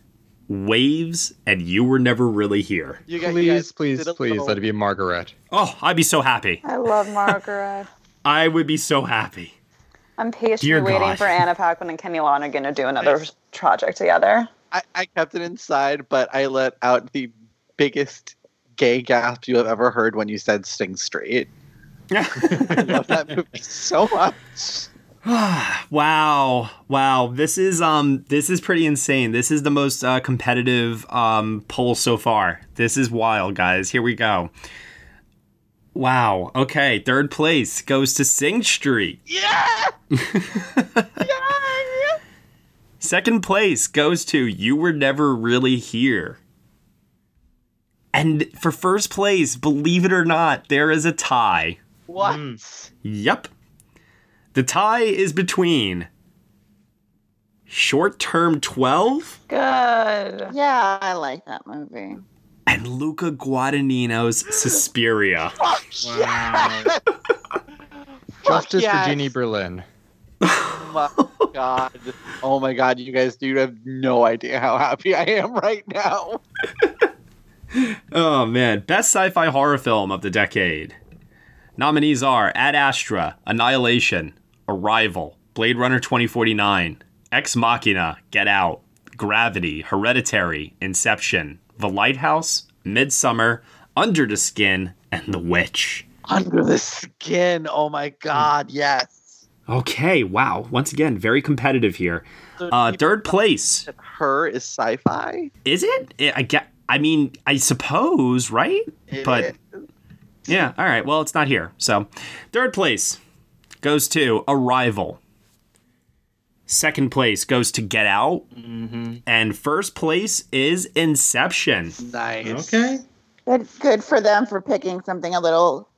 K: Waves, and You Were Never Really Here.
L: You guys, please, please, please, let it be Margaret.
K: Oh, I'd be so happy.
E: I love Margaret.
K: I would be so happy.
E: I'm patiently
K: Dear
E: waiting
K: God.
E: for Anna Paquin and Kenny Lonergan to do another project together.
C: I, I kept it inside, but I let out the biggest gay gasp you have ever heard when you said Sting Street. I love that movie so much.
K: wow. Wow. This is um this is pretty insane. This is the most uh, competitive um poll so far. This is wild, guys. Here we go. Wow. Okay, third place goes to Sing Street.
C: Yeah!
K: Second place goes to You Were Never Really Here. And for first place, believe it or not, there is a tie.
C: What?
L: Hmm.
K: Yep. The tie is between Short Term 12
N: Good. Yeah, I like that movie.
K: and Luca Guadagnino's Suspiria.
L: Justice
C: yes.
L: for Jeannie Berlin.
C: Oh my god. Oh my god, you guys do have no idea how happy I am right now.
K: Oh man, best sci-fi horror film of the decade. Nominees are Ad Astra, Annihilation, Arrival, Blade Runner 2049, Ex Machina, Get Out, Gravity, Hereditary, Inception, The Lighthouse, Midsummer, Under the Skin, and The Witch.
C: Under the skin. Oh my god, yes.
K: Okay, wow. Once again, very competitive here. Uh, third place.
C: Her is sci-fi.
K: Is it? I I get. I mean, I suppose, right?
C: It
K: but yeah. All right. Well, it's not here. So, third place goes to Arrival. Second place goes to Get Out, Mm-hmm. and first place is Inception.
C: Nice.
K: Okay.
N: Good, good for them for picking something a little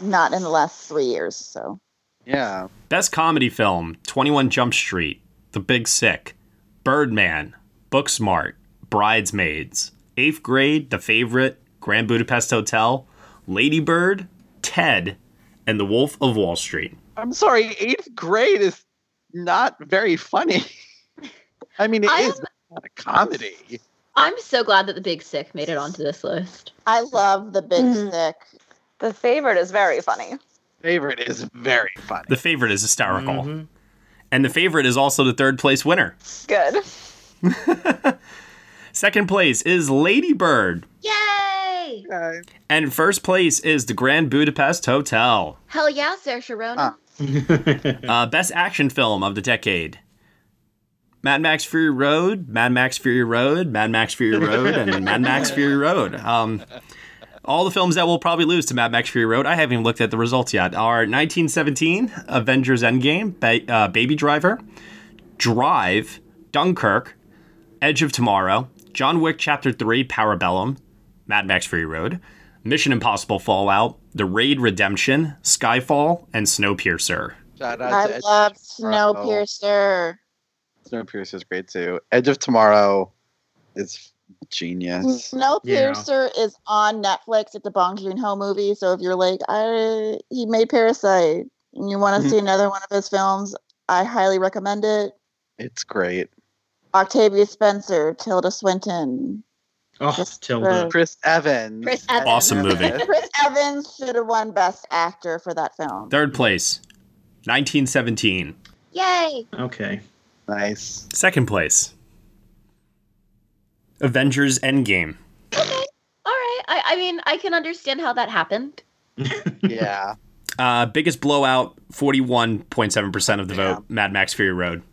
N: not in the last three years. So
C: Yeah.
K: Best comedy film: Twenty One Jump Street, The Big Sick, Birdman, Booksmart, Bridesmaids, Eighth Grade, The Favorite, Grand Budapest Hotel, Ladybird, Ted, and The Wolf of Wall Street.
C: I'm sorry, eighth grade is not very funny. I mean, it is but it's not a comedy.
M: I'm so glad that the Big Sick made it onto this list.
N: I love the Big
M: Mm-hmm.
N: Sick.
E: The favorite is very funny.
C: Favorite is very funny.
K: The Favorite is hysterical, and The Favorite is also the third place winner.
E: Good.
K: Second place is Ladybird,
M: Yay!
K: and first place is The Grand Budapest Hotel.
M: Hell yeah, Sarah Sharona.
K: uh, best action film of the decade. Mad Max Fury Road, Mad Max Fury Road, Mad Max Fury Road, and Mad Max Fury Road. Um, all the films that will probably lose to Mad Max Fury Road, I haven't even looked at the results yet, are 1917, Avengers Endgame, ba- uh, Baby Driver, Drive, Dunkirk, Edge of Tomorrow, John Wick Chapter 3, Parabellum, Mad Max Fury Road, Mission Impossible Fallout, The Raid Redemption, Skyfall, and Snowpiercer.
C: Shout out to
N: I
C: Edge
N: love
C: Tomorrow.
N: Snowpiercer.
C: Snowpiercer is great too. Edge of Tomorrow is genius.
N: Snowpiercer is on Netflix. It's a Bong Joon Ho movie. So if you're like, I he made Parasite, and you want to see another one of his films, I highly recommend it.
C: It's great.
N: Octavia Spencer, Tilda Swinton.
F: Oh,
N: Tilda.
C: Chris Evans.
N: Chris Evans.
K: Awesome movie.
N: Chris Evans should have won Best Actor for that film.
K: Third place, 1917.
M: Yay!
K: Okay.
C: Nice.
K: Second place, Avengers Endgame.
M: All right. I, I mean, I can understand how that happened.
C: Yeah.
K: Uh, biggest blowout, 41.7% of the vote, Mad Max Fury Road.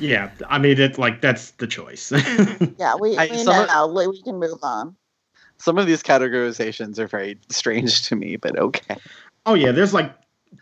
F: yeah, I mean, it like that's the choice.
N: Yeah, we,
C: I-
N: we
C: some
N: know
C: of-
N: now. We, we can move on.
C: Some of these categorizations are very strange to me, but okay.
F: oh yeah, there's like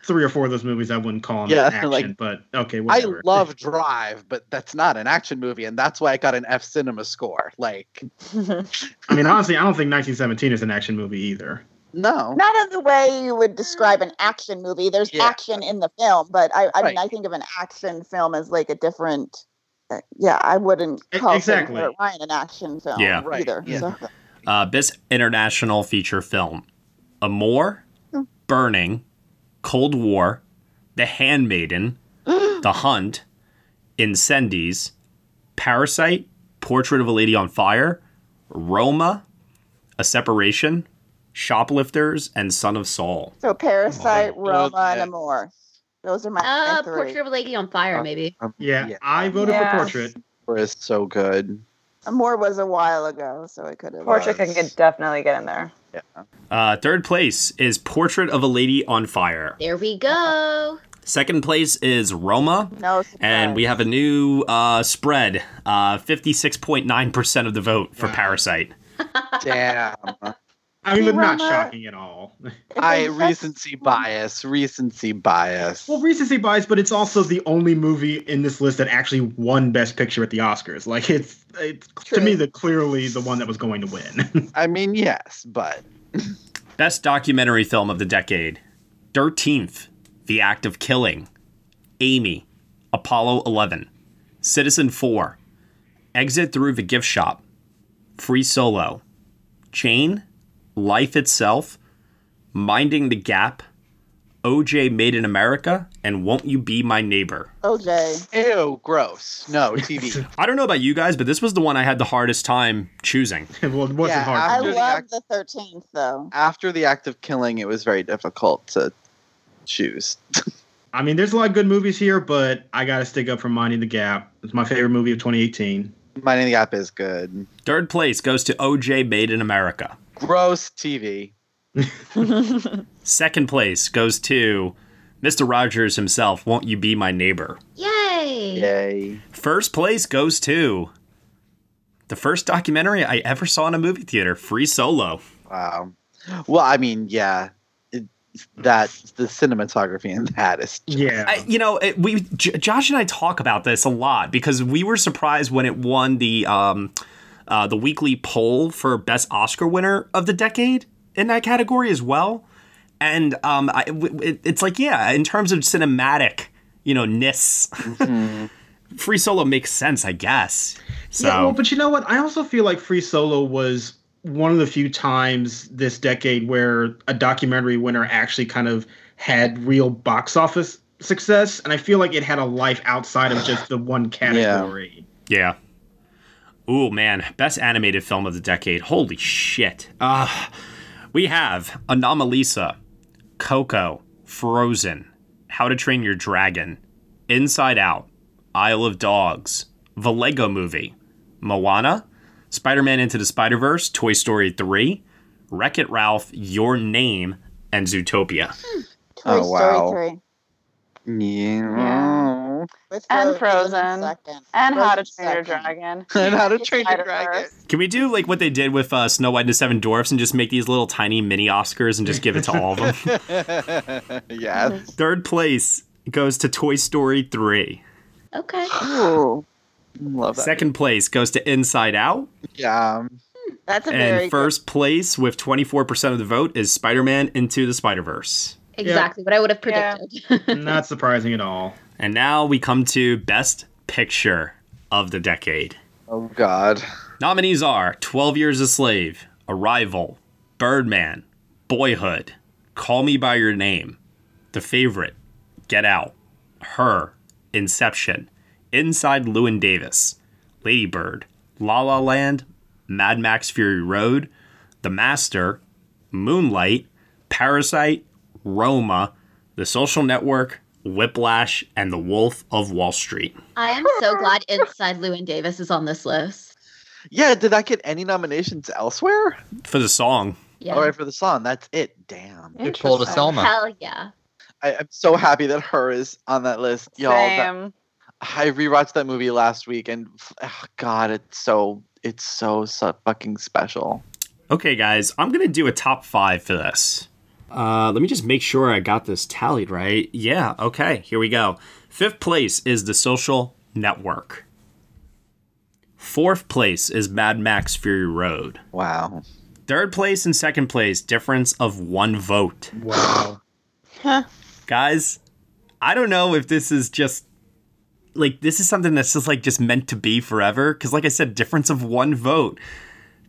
F: three or four of those movies I wouldn't call them
C: Yeah,
F: action,
C: like-
F: but okay,
C: I
F: whatever.
C: love Drive, but that's not an action movie, and that's why I got an F cinema score. Like,
F: I mean, honestly, I don't think 1917 is an action movie either.
C: no.
N: Not in the way you would describe an action movie. There's
F: Yeah.
N: action in the film, but I, I mean,
F: Right.
N: I think of an action film as like a different. uh, yeah, I wouldn't call
K: exactly.
N: Saving Private Ryan an action film
K: Yeah. Right,
N: either.
K: yeah.
N: so.
K: Uh, best international feature film Amour, Burning, Cold War, The Handmaiden, The Hunt, Incendies, Parasite, Portrait of a Lady on Fire, Roma, A Separation, Shoplifters, and Son of Saul.
N: So Parasite,
K: Oh,
N: Roma,
K: yeah.
N: and Amore. Those are my, my
M: Uh,
N: three.
M: Portrait of a Lady on Fire, maybe.
F: Yeah, I voted
N: Yeah.
F: for Portrait.
C: It's so good.
N: Amore was a while ago, so it could have.
E: Portrait can get, definitely get in there.
K: Uh, third place is Portrait of a Lady on Fire.
M: There we go.
K: Second place is Roma.
N: No.
K: And we have a new uh, spread uh, 56.9% of the vote for Parasite.
C: Damn.
F: I mean,
C: See,
F: but not
C: Roma-
F: shocking at all.
C: I recency bias, recency bias.
F: Well, recency bias, but it's also the only movie in this list that actually won Best Picture at the Oscars. Like it's, it's to me the clearly the one that was going to win.
C: I mean, yes, but
K: Best documentary film of the decade 13th, The Act of Killing, Amy, Apollo 11, Citizen 4, Exit Through the Gift Shop, Free Solo, Chain, Life Itself, Minding the Gap, OJ Made in America, and Won't You Be My Neighbor.
N: OJ.
C: Ew, gross. No, TV.
K: I don't know about you guys, but this was the one I had the hardest time choosing.
F: well, it
C: wasn't Yeah, hard to
N: I
C: do.
N: love the Thirteenth though.
C: After the act of killing, it was very difficult to choose.
F: I mean, there's a lot of good movies here, but I gotta stick up for Minding the Gap. It's my favorite movie of 2018.
C: Minding the Gap is good.
K: Third place goes to OJ Made in America.
C: Gross TV.
K: Second place goes to Mr. Rogers himself, Won't You Be My Neighbor?
M: Yay!
C: Yay.
K: First place goes to the first documentary I ever saw in a movie theater, Free Solo.
C: Wow. Um, Well, I mean, yeah, it, that the cinematography in that is
F: yeah.
K: I, you know, it, we J- Josh and I talk about this a lot because we were surprised when it won the um, uh, the weekly poll for best Oscar winner of the decade in that category as well. And um, I, w- it, it's like, yeah, in terms of cinematic, you know, ness, Free Solo makes sense, I guess. So
F: Yeah, well, but you know what? I also feel like Free Solo was one of the few times this decade where a documentary winner actually kind of had real box office success, and I feel like it had a life outside of just the one category.
K: Yeah. Ooh, man. Best animated film of the decade. Holy shit. Uh, we have Anomalisa, Coco, Frozen, How to Train Your Dragon, Inside Out, Isle of Dogs, The Lego Movie, Moana, Spider Man Into the Spider Verse, Toy Story 3, Wreck It Ralph, Your Name, and Zootopia.
C: Oh, wow.
N: Story
C: Yeah.
E: and Frozen, and How to
N: Frozen's
E: Train Your
N: second.
E: Dragon,
C: And How to Train Your
E: Dragon.
K: Can we do like what they did with uh, Snow White and the Seven Dwarfs and just make these little tiny mini Oscars and just give it to all of them?
C: yes.
K: Third place goes to Toy Story 3.
M: Okay.
N: Ooh,
C: love that.
K: Second place goes to Inside Out.
C: Yeah. um,
N: That's a very
K: And first place with 24% of the vote is Spider Man Into the Spider Verse.
M: Exactly what I would have predicted.
F: Not surprising at all.
K: And now we come to Best Picture of the Decade.
C: Oh, God.
K: Nominees are 12 Years a Slave, Arrival, Birdman, Boyhood, Call Me By Your Name, The Favorite, Get Out, Her, Inception, Inside Lewin Davis, Ladybird, La La Land, Mad Max Fury Road, The Master, Moonlight, Parasite, Roma, The Social Network, Whiplash, and The Wolf of Wall Street.
M: I am so glad Inside Lewin Davis is on this list.
C: Yeah, did that get any nominations elsewhere?
K: For the song.
M: Yeah.
C: All right, for the song. That's it. Damn.
M: It
C: pulled a Selma.
M: Hell yeah.
C: I, I'm so happy that her is on that list, y'all. That,
E: Same.
C: I rewatched that movie last week, and oh, God, it's so it's so, so fucking special.
K: Okay, guys, I'm gonna do a top five for this. Uh, let me just make sure I got this tallied right. Yeah, okay, here we go. Fifth place is The Social Network. Fourth place is Mad Max Fury Road.
C: Wow.
K: Third place and second place, difference of one vote.
F: Wow.
K: Guys, I don't know if this is just like this is something that's just like just meant to be forever. Cause like I said, difference of one vote.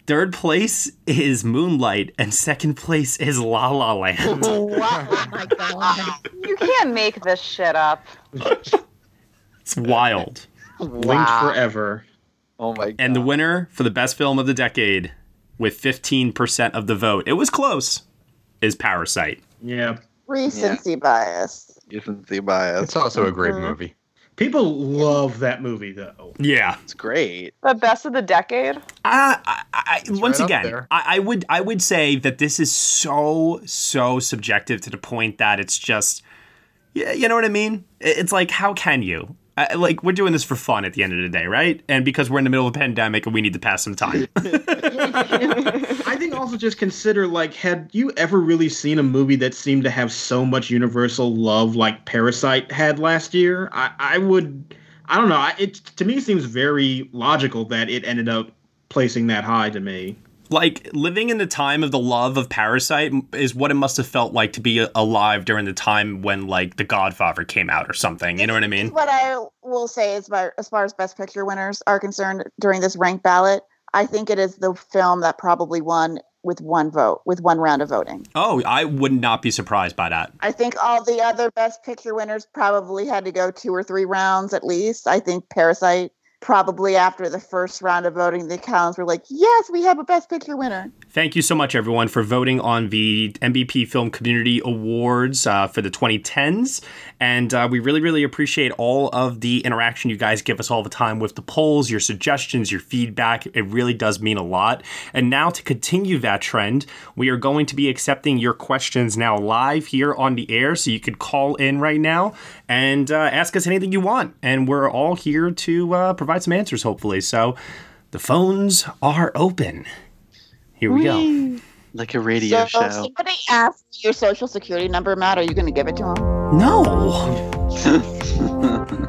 K: Third place is Moonlight, and second place is La La Land.
E: wow, my god! You can't make this shit up.
K: It's wild.
F: Linked forever.
C: Oh my god.
K: And the winner for the best film of the decade with 15% of the vote, it was close, is Parasite.
F: Yeah.
N: recency bias.
C: Recency bias.
L: It's also a great
C: Mm-hmm.
N: Mhm.
L: movie.
F: People love that movie though.
K: Yeah.
C: It's great.
E: The best of the decade.
K: Uh, I, I, once
L: right up
K: again,
L: there.
K: I, I would I would say that this is so so subjective to the point that it's just, yeah, you know what I mean. I- It's like how can you? Uh, like we're doing this for fun at the end of the day, right? And because we're in the middle of a pandemic and we need to pass some time.
F: I think also just consider like, had you ever really seen a movie that seemed to have so much universal love like Parasite had last year? I, I would, I don't know. I, it to me seems very logical that it ended up placing that high to me.
K: like living in the time of the love of parasite is what it must have felt like to be alive during the time when like the godfather came out or something you know what i mean
N: What I will say is, by, as far as Best Picture winners are concerned, during this ranked ballot, I think it is the film that probably won with one vote, with one round of voting.
K: oh i would not be surprised by that
N: I think all the other Best Picture winners probably had to go two or three rounds at least. I think Parasite probably after the first round of voting, the accountants were like, yes, we have a Best Picture winner.
K: Thank you so much, everyone, for voting on the MVP Film Community Awards uh, for the 2010s. And uh, we really, really appreciate all of the interaction you guys give us all the time with the polls, your suggestions, your feedback. It really does mean a lot. And now, to continue that trend, we are going to be accepting your questions now live here on the air. So you could call in right now and uh, ask us anything you want. And we're all here to uh, provide some answers, hopefully. So the phones are open. Here we go.
C: Like a radio
N: so if
C: show.
N: somebody asks your social security number, Matt, are you going to give it to them?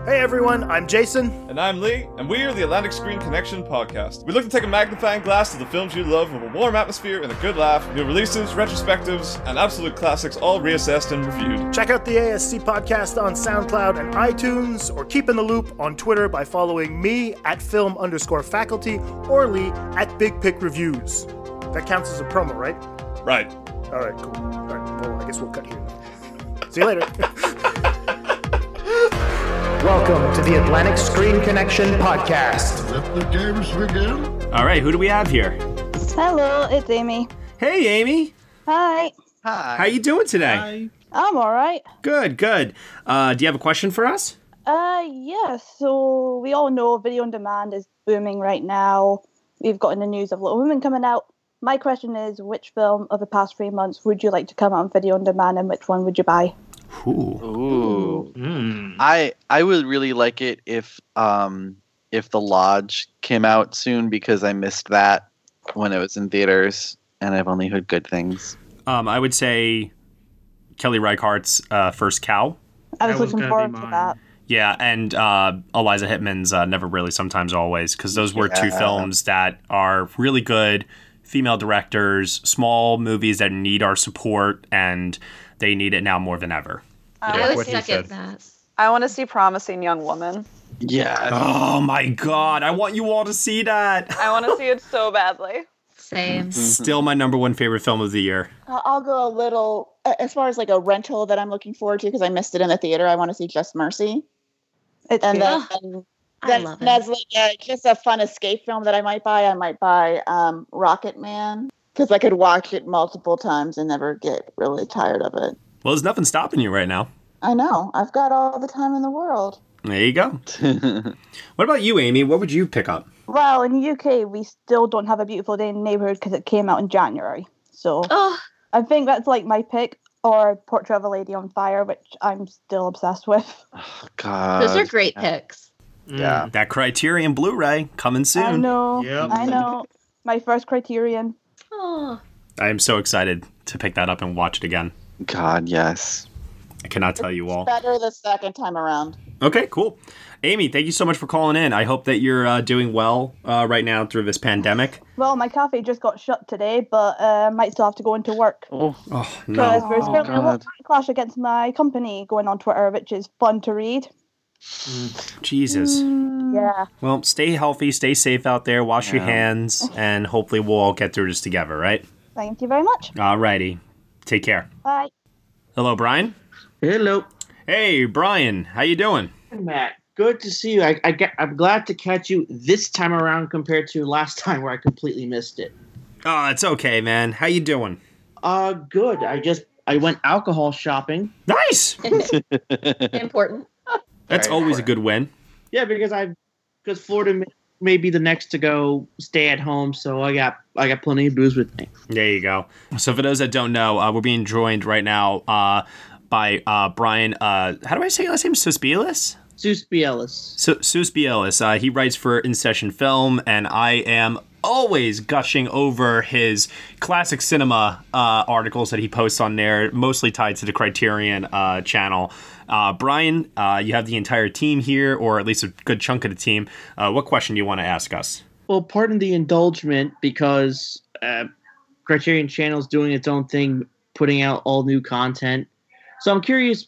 T: Hey everyone, I'm Jason.
U: And I'm Lee, and we are the Atlantic Screen Connection podcast. We look to take a magnifying glass to the films you love with a warm atmosphere and a good laugh, new releases, retrospectives, and absolute classics all reassessed and reviewed.
T: Check out the ASC podcast on SoundCloud and iTunes, or keep in the loop on Twitter by following me at film underscore faculty or Lee at Big Pick Reviews. That counts as a promo, right?
U: Right.
T: All right, cool. All right, well, I guess we'll cut here. See you later.
H: Welcome to the Atlantic Screen Connection podcast.
V: Let the games begin.
K: All right, who do we have here?
W: Hello, it's Amy.
K: Hey, Amy.
W: Hi.
K: How you doing today?
W: I'm all right.
K: Good, good. Uh, do you have a question for us?
W: Uh, yeah. So we all know video on demand is booming right now. We've gotten the news of Little Women coming out. My question is, which film of the past three months would you like to come out on video on demand, and which one would you buy?
C: Ooh. I I would really like it if um if the lodge came out soon because I missed that when it was in theaters and I've only heard good things.
K: Um, I would say Kelly Reichardt's uh, First Cow.
W: I was looking forward to that.
K: Yeah, and uh, Eliza Hittman's uh, Never Really, Sometimes Always, because those were two
W: Yeah.
K: films that are really good female directors, small movies that need our support, and they need it now more than ever.
E: I
K: Yeah,
E: want
K: what
E: to
K: he said.
E: see. I want to see Promising Young Woman.
C: Yeah.
K: Oh my God. I want you all to see that.
E: I want to see it so badly.
M: Same.
K: Mm-hmm. Still my number one favorite film of the year.
N: I'll I'll go a little a- as far as like a rental that I'm looking forward to because I missed it in the theater. I want to see Just Mercy. and then,
M: I
N: then
M: love
N: as like a, just a fun escape film that I might buy, I might buy um, Rocket Man because I could watch it multiple times and never get really tired of it.
K: Well, there's nothing stopping you right now.
N: I know I've got all the time in the world.
K: There you go. what about you, Amy? What would you pick up?
W: Well, in the UK, we still don't have a beautiful day in the neighborhood because it came out in January. So I think that's like my pick or Portrait of a Lady on Fire, which I'm still obsessed with.
K: Uh,
C: God.
W: Those are great
M: picks.
C: Yeah.
K: Mm. That Criterion Blu ray coming soon.
W: I know. I know. My first Criterion.
M: Oh.
K: I am so excited to pick that up and watch it again.
C: God, yes.
K: I cannot tell you all.
N: Better the second time around.
K: Okay, cool. Amy, thank you so much for calling in. I hope that you're uh, doing well uh, right now through this pandemic.
W: Well, my cafe just got shut today, but uh, might still have to go into work.
C: Oh,
W: Because
K: no. Oh,
W: there's been a lot of backlash against my company going on Twitter, which is fun to read.
K: Jesus.
W: Mm. Yeah.
K: Well, stay healthy, stay safe out there, wash your
W: Yeah.
K: hands, and hopefully we'll all get through this together, right?
W: Thank you very much.
K: Alrighty. Take care.
W: Bye.
K: Hello, Brian.
X: Hello.
K: Hey, Brian. How you doing?
X: Matt, good to see you. I, I get, I'm glad to catch you this time around compared to last time where I completely missed it.
K: Oh, it's okay, man. How you doing?
X: Uh, good. I just I went alcohol shopping.
K: Nice.
M: Important.
K: That's always a good win.
X: yeah, because I because Florida may, may be the next to go stay at home, so I got I got plenty of booze with me.
K: There you go. So for those that don't know, uh, we're being joined right now uh, by uh, Brian. Uh, how do I say your last name? Suspielis.
X: Suspielis.
K: So Suspielis. Uh, he writes for In Session Film, and I am always gushing over his classic cinema uh, articles that he posts on there, mostly tied to the Criterion uh, channel. Uh, Brian, uh, you have the entire team here, or at least a good chunk of the team. Uh, what question do you want to ask us?
X: Well, pardon the indulgement because uh, Criterion Channel's doing its own thing, putting out all new content. So I'm curious,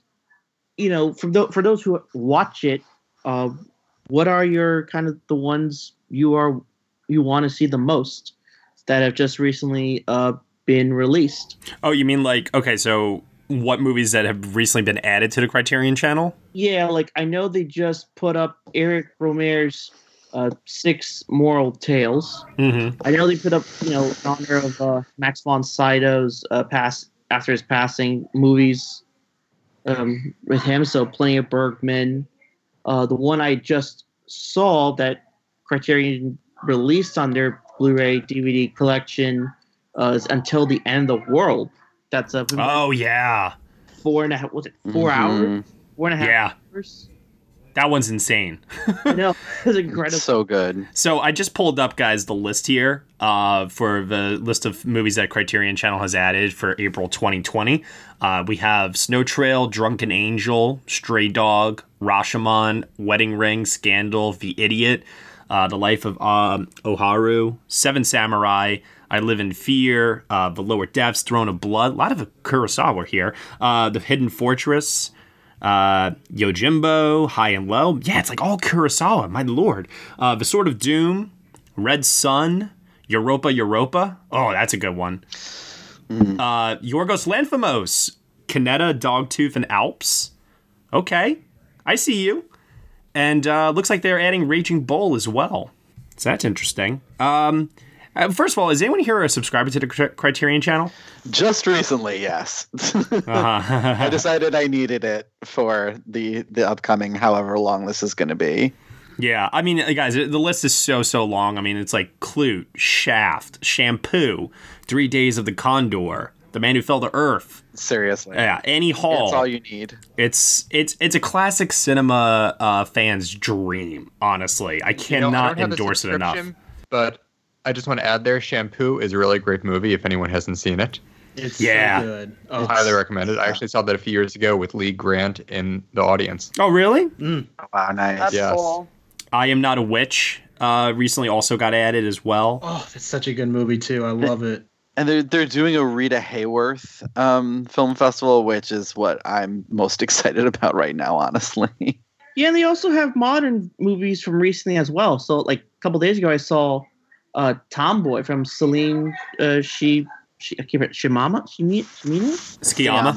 X: you know, from tho- for those who watch it, uh, what are your kind of the ones you are you want to see the most that have just recently uh, been released?
K: Oh, you mean like okay, so what movies that have recently been added to the Criterion channel?
X: Yeah, like I know they just put up Eric Romere's uh, six moral tales.
K: Mm-hmm.
X: I know they put up, you know, in honor of uh, Max von Sydow's uh, pass after his passing movies um, with him. So plenty of Bergman. Uh, the one I just saw that Criterion released on their Blu-ray DVD collection uh, is Until the End of the World. That's a
K: Oh yeah.
X: four and a half. Was it 4
K: Mm-hmm.
X: hours? Four and a half
K: Yeah.
X: hours.
K: That one's insane.
X: no, it was incredible.
C: So good.
K: So I just pulled up, guys, the list here uh, for the list of movies that Criterion Channel has added for April 2020. Uh, we have Snow Trail, Drunken Angel, Stray Dog, Rashomon, Wedding Ring, Scandal, The Idiot, uh, The Life of um, Oharu, Seven Samurai, I Live in Fear, uh, The Lower Depths, Throne of Blood. A lot of Kurosawa here. Uh, the Hidden Fortress uh, Yojimbo, High and Low. Yeah, it's like all Kurosawa, my lord. Uh, the Sword of Doom, Red Sun, Europa Europa. Oh, that's a good one.
C: Mm.
K: Uh, Yorgos Lanthimos, Kaneda, Dogtooth, and Alps. Okay, I see you. And uh, looks like they're adding Raging Bull as well. So that's interesting. Um, uh, first of all, is anyone here a subscriber to the Cri- Criterion channel?
C: Just recently, yes.
K: uh-huh.
C: I decided I needed it for the the upcoming however long this is going to be.
K: Yeah, I mean, guys, the list is so so long. I mean, it's like Clute, Shaft, Shampoo, Three Days of the Condor, The Man Who Fell to Earth.
C: Seriously.
K: Yeah, Annie Hall.
C: It's all you need.
K: It's it's it's a classic cinema uh, fan's dream. Honestly,
L: You know,
K: I
L: I
K: cannot
L: don't have a
K: endorse it enough.
L: subscription, But I just want to add there, Shampoo is a really great movie. If anyone hasn't seen it,
F: It's
K: Yeah.
F: so good.
L: I highly recommend it. I actually saw that a few years ago with Lee Grant in the audience.
K: Oh, really?
F: Mm.
C: Wow, nice.
L: That's Yes. cool.
K: I am not a witch. Uh, recently, also got added as well.
F: Oh, that's such a good movie too. I love it.
C: And they're they're doing a Rita Hayworth um, film festival, which is what I'm most excited about right now, honestly.
X: Yeah, and they also have modern movies from recently as well. So, like a couple days ago, I saw uh, Tomboy from Celine. Uh, she, she, I can't remember. Shimama, Shimi- Shimina,
K: Skiyama.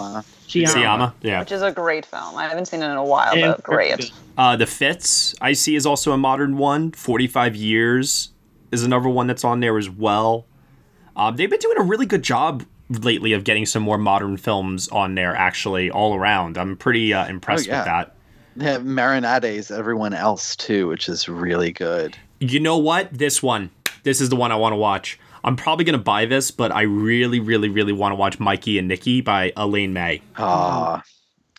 X: Shiyama.
K: Siyama, Yeah.
E: Which is a great film. I haven't seen it in a while,
K: And
E: but great.
K: Uh, the Fits I see is also a modern one. Forty Five Years is another one that's on there as well. Um, they've been doing a really good job lately of getting some more modern films on there. Actually, all around, I'm pretty uh, impressed
C: yeah.
K: with that.
C: They have Marinade's everyone else too, which is really good.
K: You know what? This one. This is the one I want to watch. I'm probably gonna buy this, but I really, really, really want to watch Mikey and Nikki by Elaine May.
C: Ah,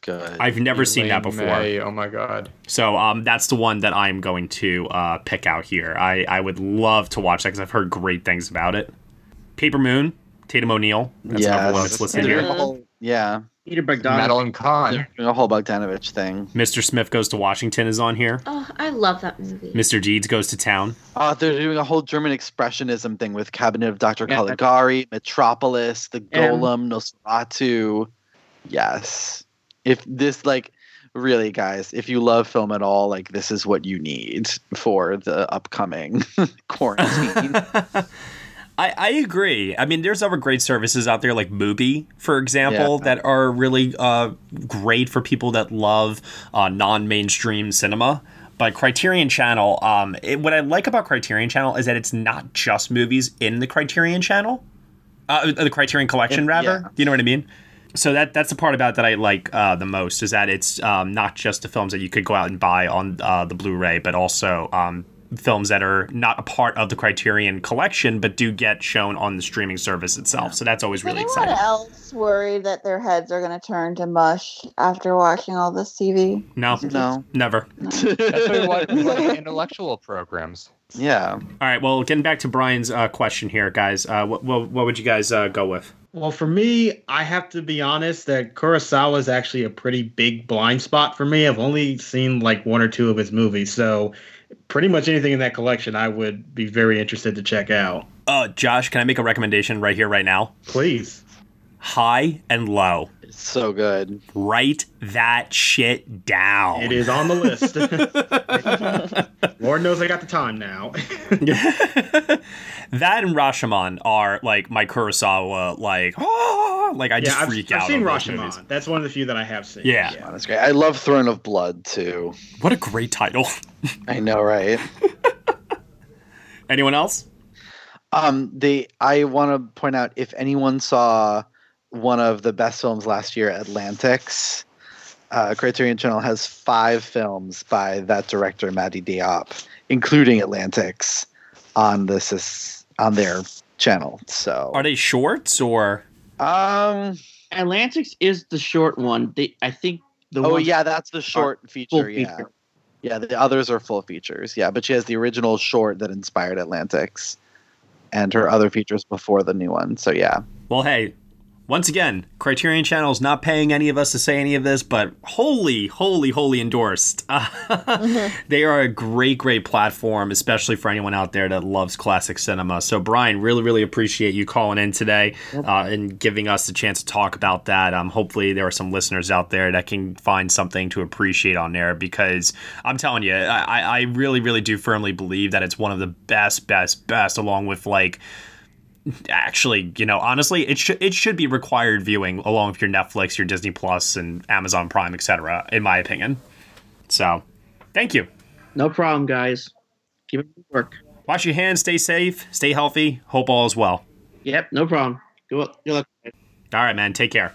C: good.
K: I've never seen that
L: Elaine
K: before.
L: May, oh my god.
K: So um, that's the one that I'm going to uh, pick out here. I, I would love to watch that because I've heard great things about it. Paper Moon, Tatum O'Neill. That's another one that's listed here.
C: Yeah.
X: Peter Bogdanovich.
L: Madeline Kahn.
C: Doing a whole Bogdanovich thing.
K: Mr. Smith Goes to Washington is on here.
M: Oh, I love that movie.
K: Mr. Deeds Goes to Town.
C: Uh, they're doing a whole German Expressionism thing with Cabinet of Dr. Caligari, Metropolis, The
X: Yeah.
C: Golem, Nosferatu. Yes. If this, like, really, guys, if you love film at all, like, this is what you need for the upcoming quarantine.
K: I, I agree. I mean, there's other great services out there like Mubi, for example, that are really uh, great for people that love uh, non-mainstream cinema. But Criterion Channel, um, it, what I like about Criterion Channel is that it's not just movies in the Criterion Channel, uh, the Criterion Collection,
C: It-
K: rather.
C: yeah.
K: Do you know what I mean? So that that's the part about that I like uh, the most is that it's um, not just the films that you could go out and buy on uh, the Blu-ray, but also um, films that are not a part of the Criterion collection, but do get shown on the streaming service itself. So that's always really
N: Anyone
K: exciting.
N: else worried that their heads are going to turn to mush after watching all this TV?
K: No,
C: No.
K: never.
L: That's why we want we want intellectual programs.
C: yeah.
K: All right. Well, getting back to Brian's uh, question here, guys. Uh, what, what what would you guys uh, go with?
F: Well, for me, I have to be honest that Kurosawa is actually a pretty big blind spot for me. I've only seen like one or two of his movies, so pretty much anything in that collection I would be very interested to check out.
K: Uh, Josh, can I make a recommendation right here, right now?
F: Please.
K: High and low.
C: So good.
K: Write that shit down.
F: It is on the list. Lord knows I got the time now.
K: That and Rashomon are like my Kurosawa, like oh, like I just
F: yeah, I've,
K: freak
F: I've
K: out.
F: seen
K: over those movies.
F: Rashomon. That's one of the few that I have seen.
K: Yeah.
C: That's great. I love Throne of Blood, too.
K: What a great title.
C: I know, right?
K: Anyone else?
C: Um, they. I want to point out if anyone saw one of the best films last year, Atlantics. Uh, Criterion Channel has five films by that director, Matty Diop, including Atlantics, on this is on their channel. So
K: Are they shorts or?
C: Um,
X: Atlantics is the short one. They, I think the
C: oh
X: ones-
C: yeah, that's the short
X: full
C: feature. Yeah,
X: feature.
C: yeah. The others are full features. Yeah, but she has the original short that inspired Atlantics, and her other features before the new one. So yeah,
K: Well, hey, once again, Criterion Channel is not paying any of us to say any of this, but holy, holy, holy endorsed. they are a great, great platform, especially for anyone out there that loves classic cinema. So, Brian, really, really appreciate you calling in today uh, and giving us the chance to talk about that. Um, hopefully, there are some listeners out there that can find something to appreciate on there because I'm telling you, I, I I really, really do firmly believe that it's one of the best, best, best, along with like actually, you know, honestly, it should it should be required viewing along with your Netflix, your Disney Plus, and Amazon Prime, etc. In my opinion. So, thank you.
X: No problem, guys. Keep it work.
K: Wash your hands. Stay safe. Stay healthy. Hope all is well.
X: Yep, no problem. Good luck. Good luck.
K: All right, man. Take care.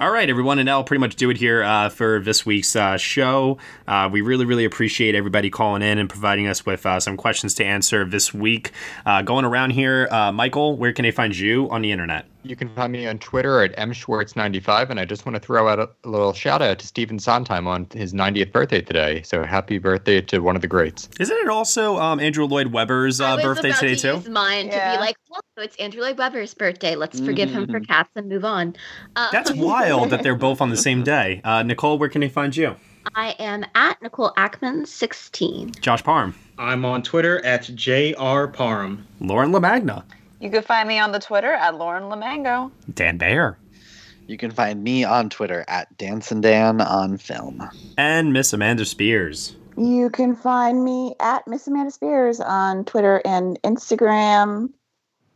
K: All right, everyone, and that'll pretty much do it here uh, for this week's uh, show. Uh, we really, really appreciate everybody calling in and providing us with uh, some questions to answer this week. Uh, going around here, uh, Michael, where can they find you on the internet?
L: You can find me on Twitter at mschwartz95, and I just want to throw out a little shout out to Stephen Sondheim on his 90th birthday today. So happy birthday to one of the greats.
K: Isn't it also um, Andrew Lloyd Webber's
M: I
K: uh,
M: was
K: birthday
M: about
K: today
M: to
K: too?
M: Use mine to be like, well, it's Andrew Lloyd Webber's birthday. Let's forgive him for cats and move on. Uh,
K: Mm-hmm. That's wild that they're both on the same day. Uh, Nicole, where can they find you?
M: I am at Nicole Ackman sixteen.
K: Josh Parm.
F: I'm on Twitter at JR Parham.
K: Lauren LaMagna.
E: You can find me on the Twitter at Lauren Lamango.
K: Dan Bayer.
C: You can find me on Twitter at Danson Dan on film.
K: And Miss Amanda Spears.
N: You can find me at Miss Amanda Spears on Twitter and Instagram.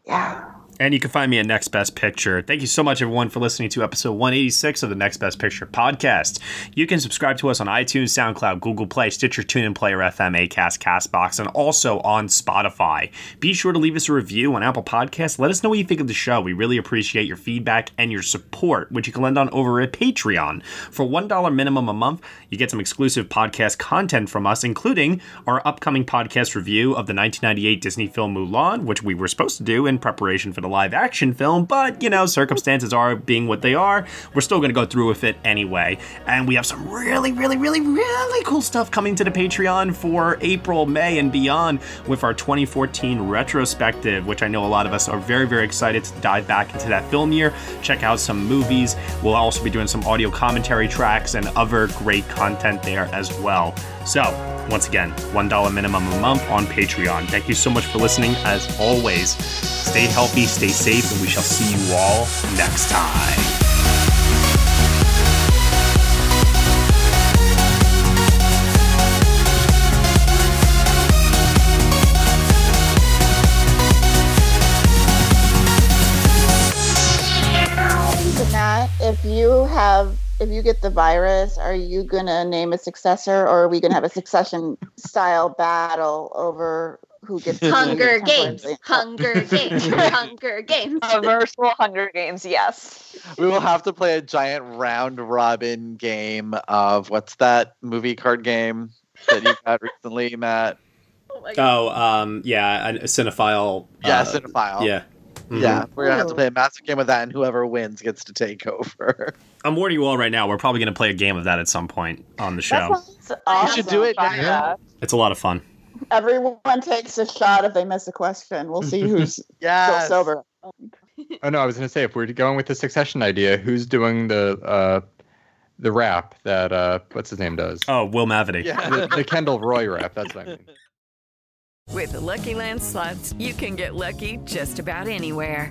N: Yeah.
K: And you can find me at Next Best Picture. Thank you so much, everyone, for listening to episode 186 of the Next Best Picture podcast. You can subscribe to us on iTunes, SoundCloud, Google Play, Stitcher, TuneIn Player FM, Acast, Castbox, and also on Spotify. Be sure to leave us a review on Apple Podcasts. Let us know what you think of the show. We really appreciate your feedback and your support, which you can lend on over at Patreon. For $1 minimum a month, you get some exclusive podcast content from us, including our upcoming podcast review of the 1998 Disney film Mulan, which we were supposed to do in preparation for the live action film, but you know, circumstances are being what they are. We're still going to go through with it anyway. And we have some really, really, really, really cool stuff coming to the Patreon for April, May, and beyond with our 2014 retrospective, which I know a lot of us are very, very excited to dive back into that film year, check out some movies. We'll also be doing some audio commentary tracks and other great content there as well. So, once again, $1 minimum a month on Patreon. Thank you so much for listening. As always, stay healthy, stay safe, and we shall see you all next time.
N: But Nat, if you have if you get the virus, are you gonna name a successor or are we gonna have a succession style battle over who gets to be
M: Hunger
N: the
M: Games,
N: temporary-
M: Hunger Games, Hunger Games.
E: Versatile Hunger Games, yes.
C: We will have to play a giant round robin game of what's that movie card game that you got recently, Matt?
K: Oh, um, yeah, a cinephile. uh,
C: Yeah, cinephile.
K: Yeah. Mm-hmm.
C: Yeah, we're gonna have to play a massive game of that, and whoever wins gets to take over.
K: I'm warning you all right now. We're probably going to play a game of that at some point on the show.
N: Awesome.
C: You should do it now.
K: It's a lot of fun.
N: Everyone takes a shot if they miss a question. We'll see who's
C: Yes.
N: still sober.
L: Oh, no, I was going to say, if we're going with the succession idea, who's doing the uh, the rap that, uh, what's his name does?
K: Oh, Will Mavity.
A: Yeah.
L: The, the Kendall Roy rap, that's what I mean.
A: With the Lucky Land slots, you can get lucky just about anywhere.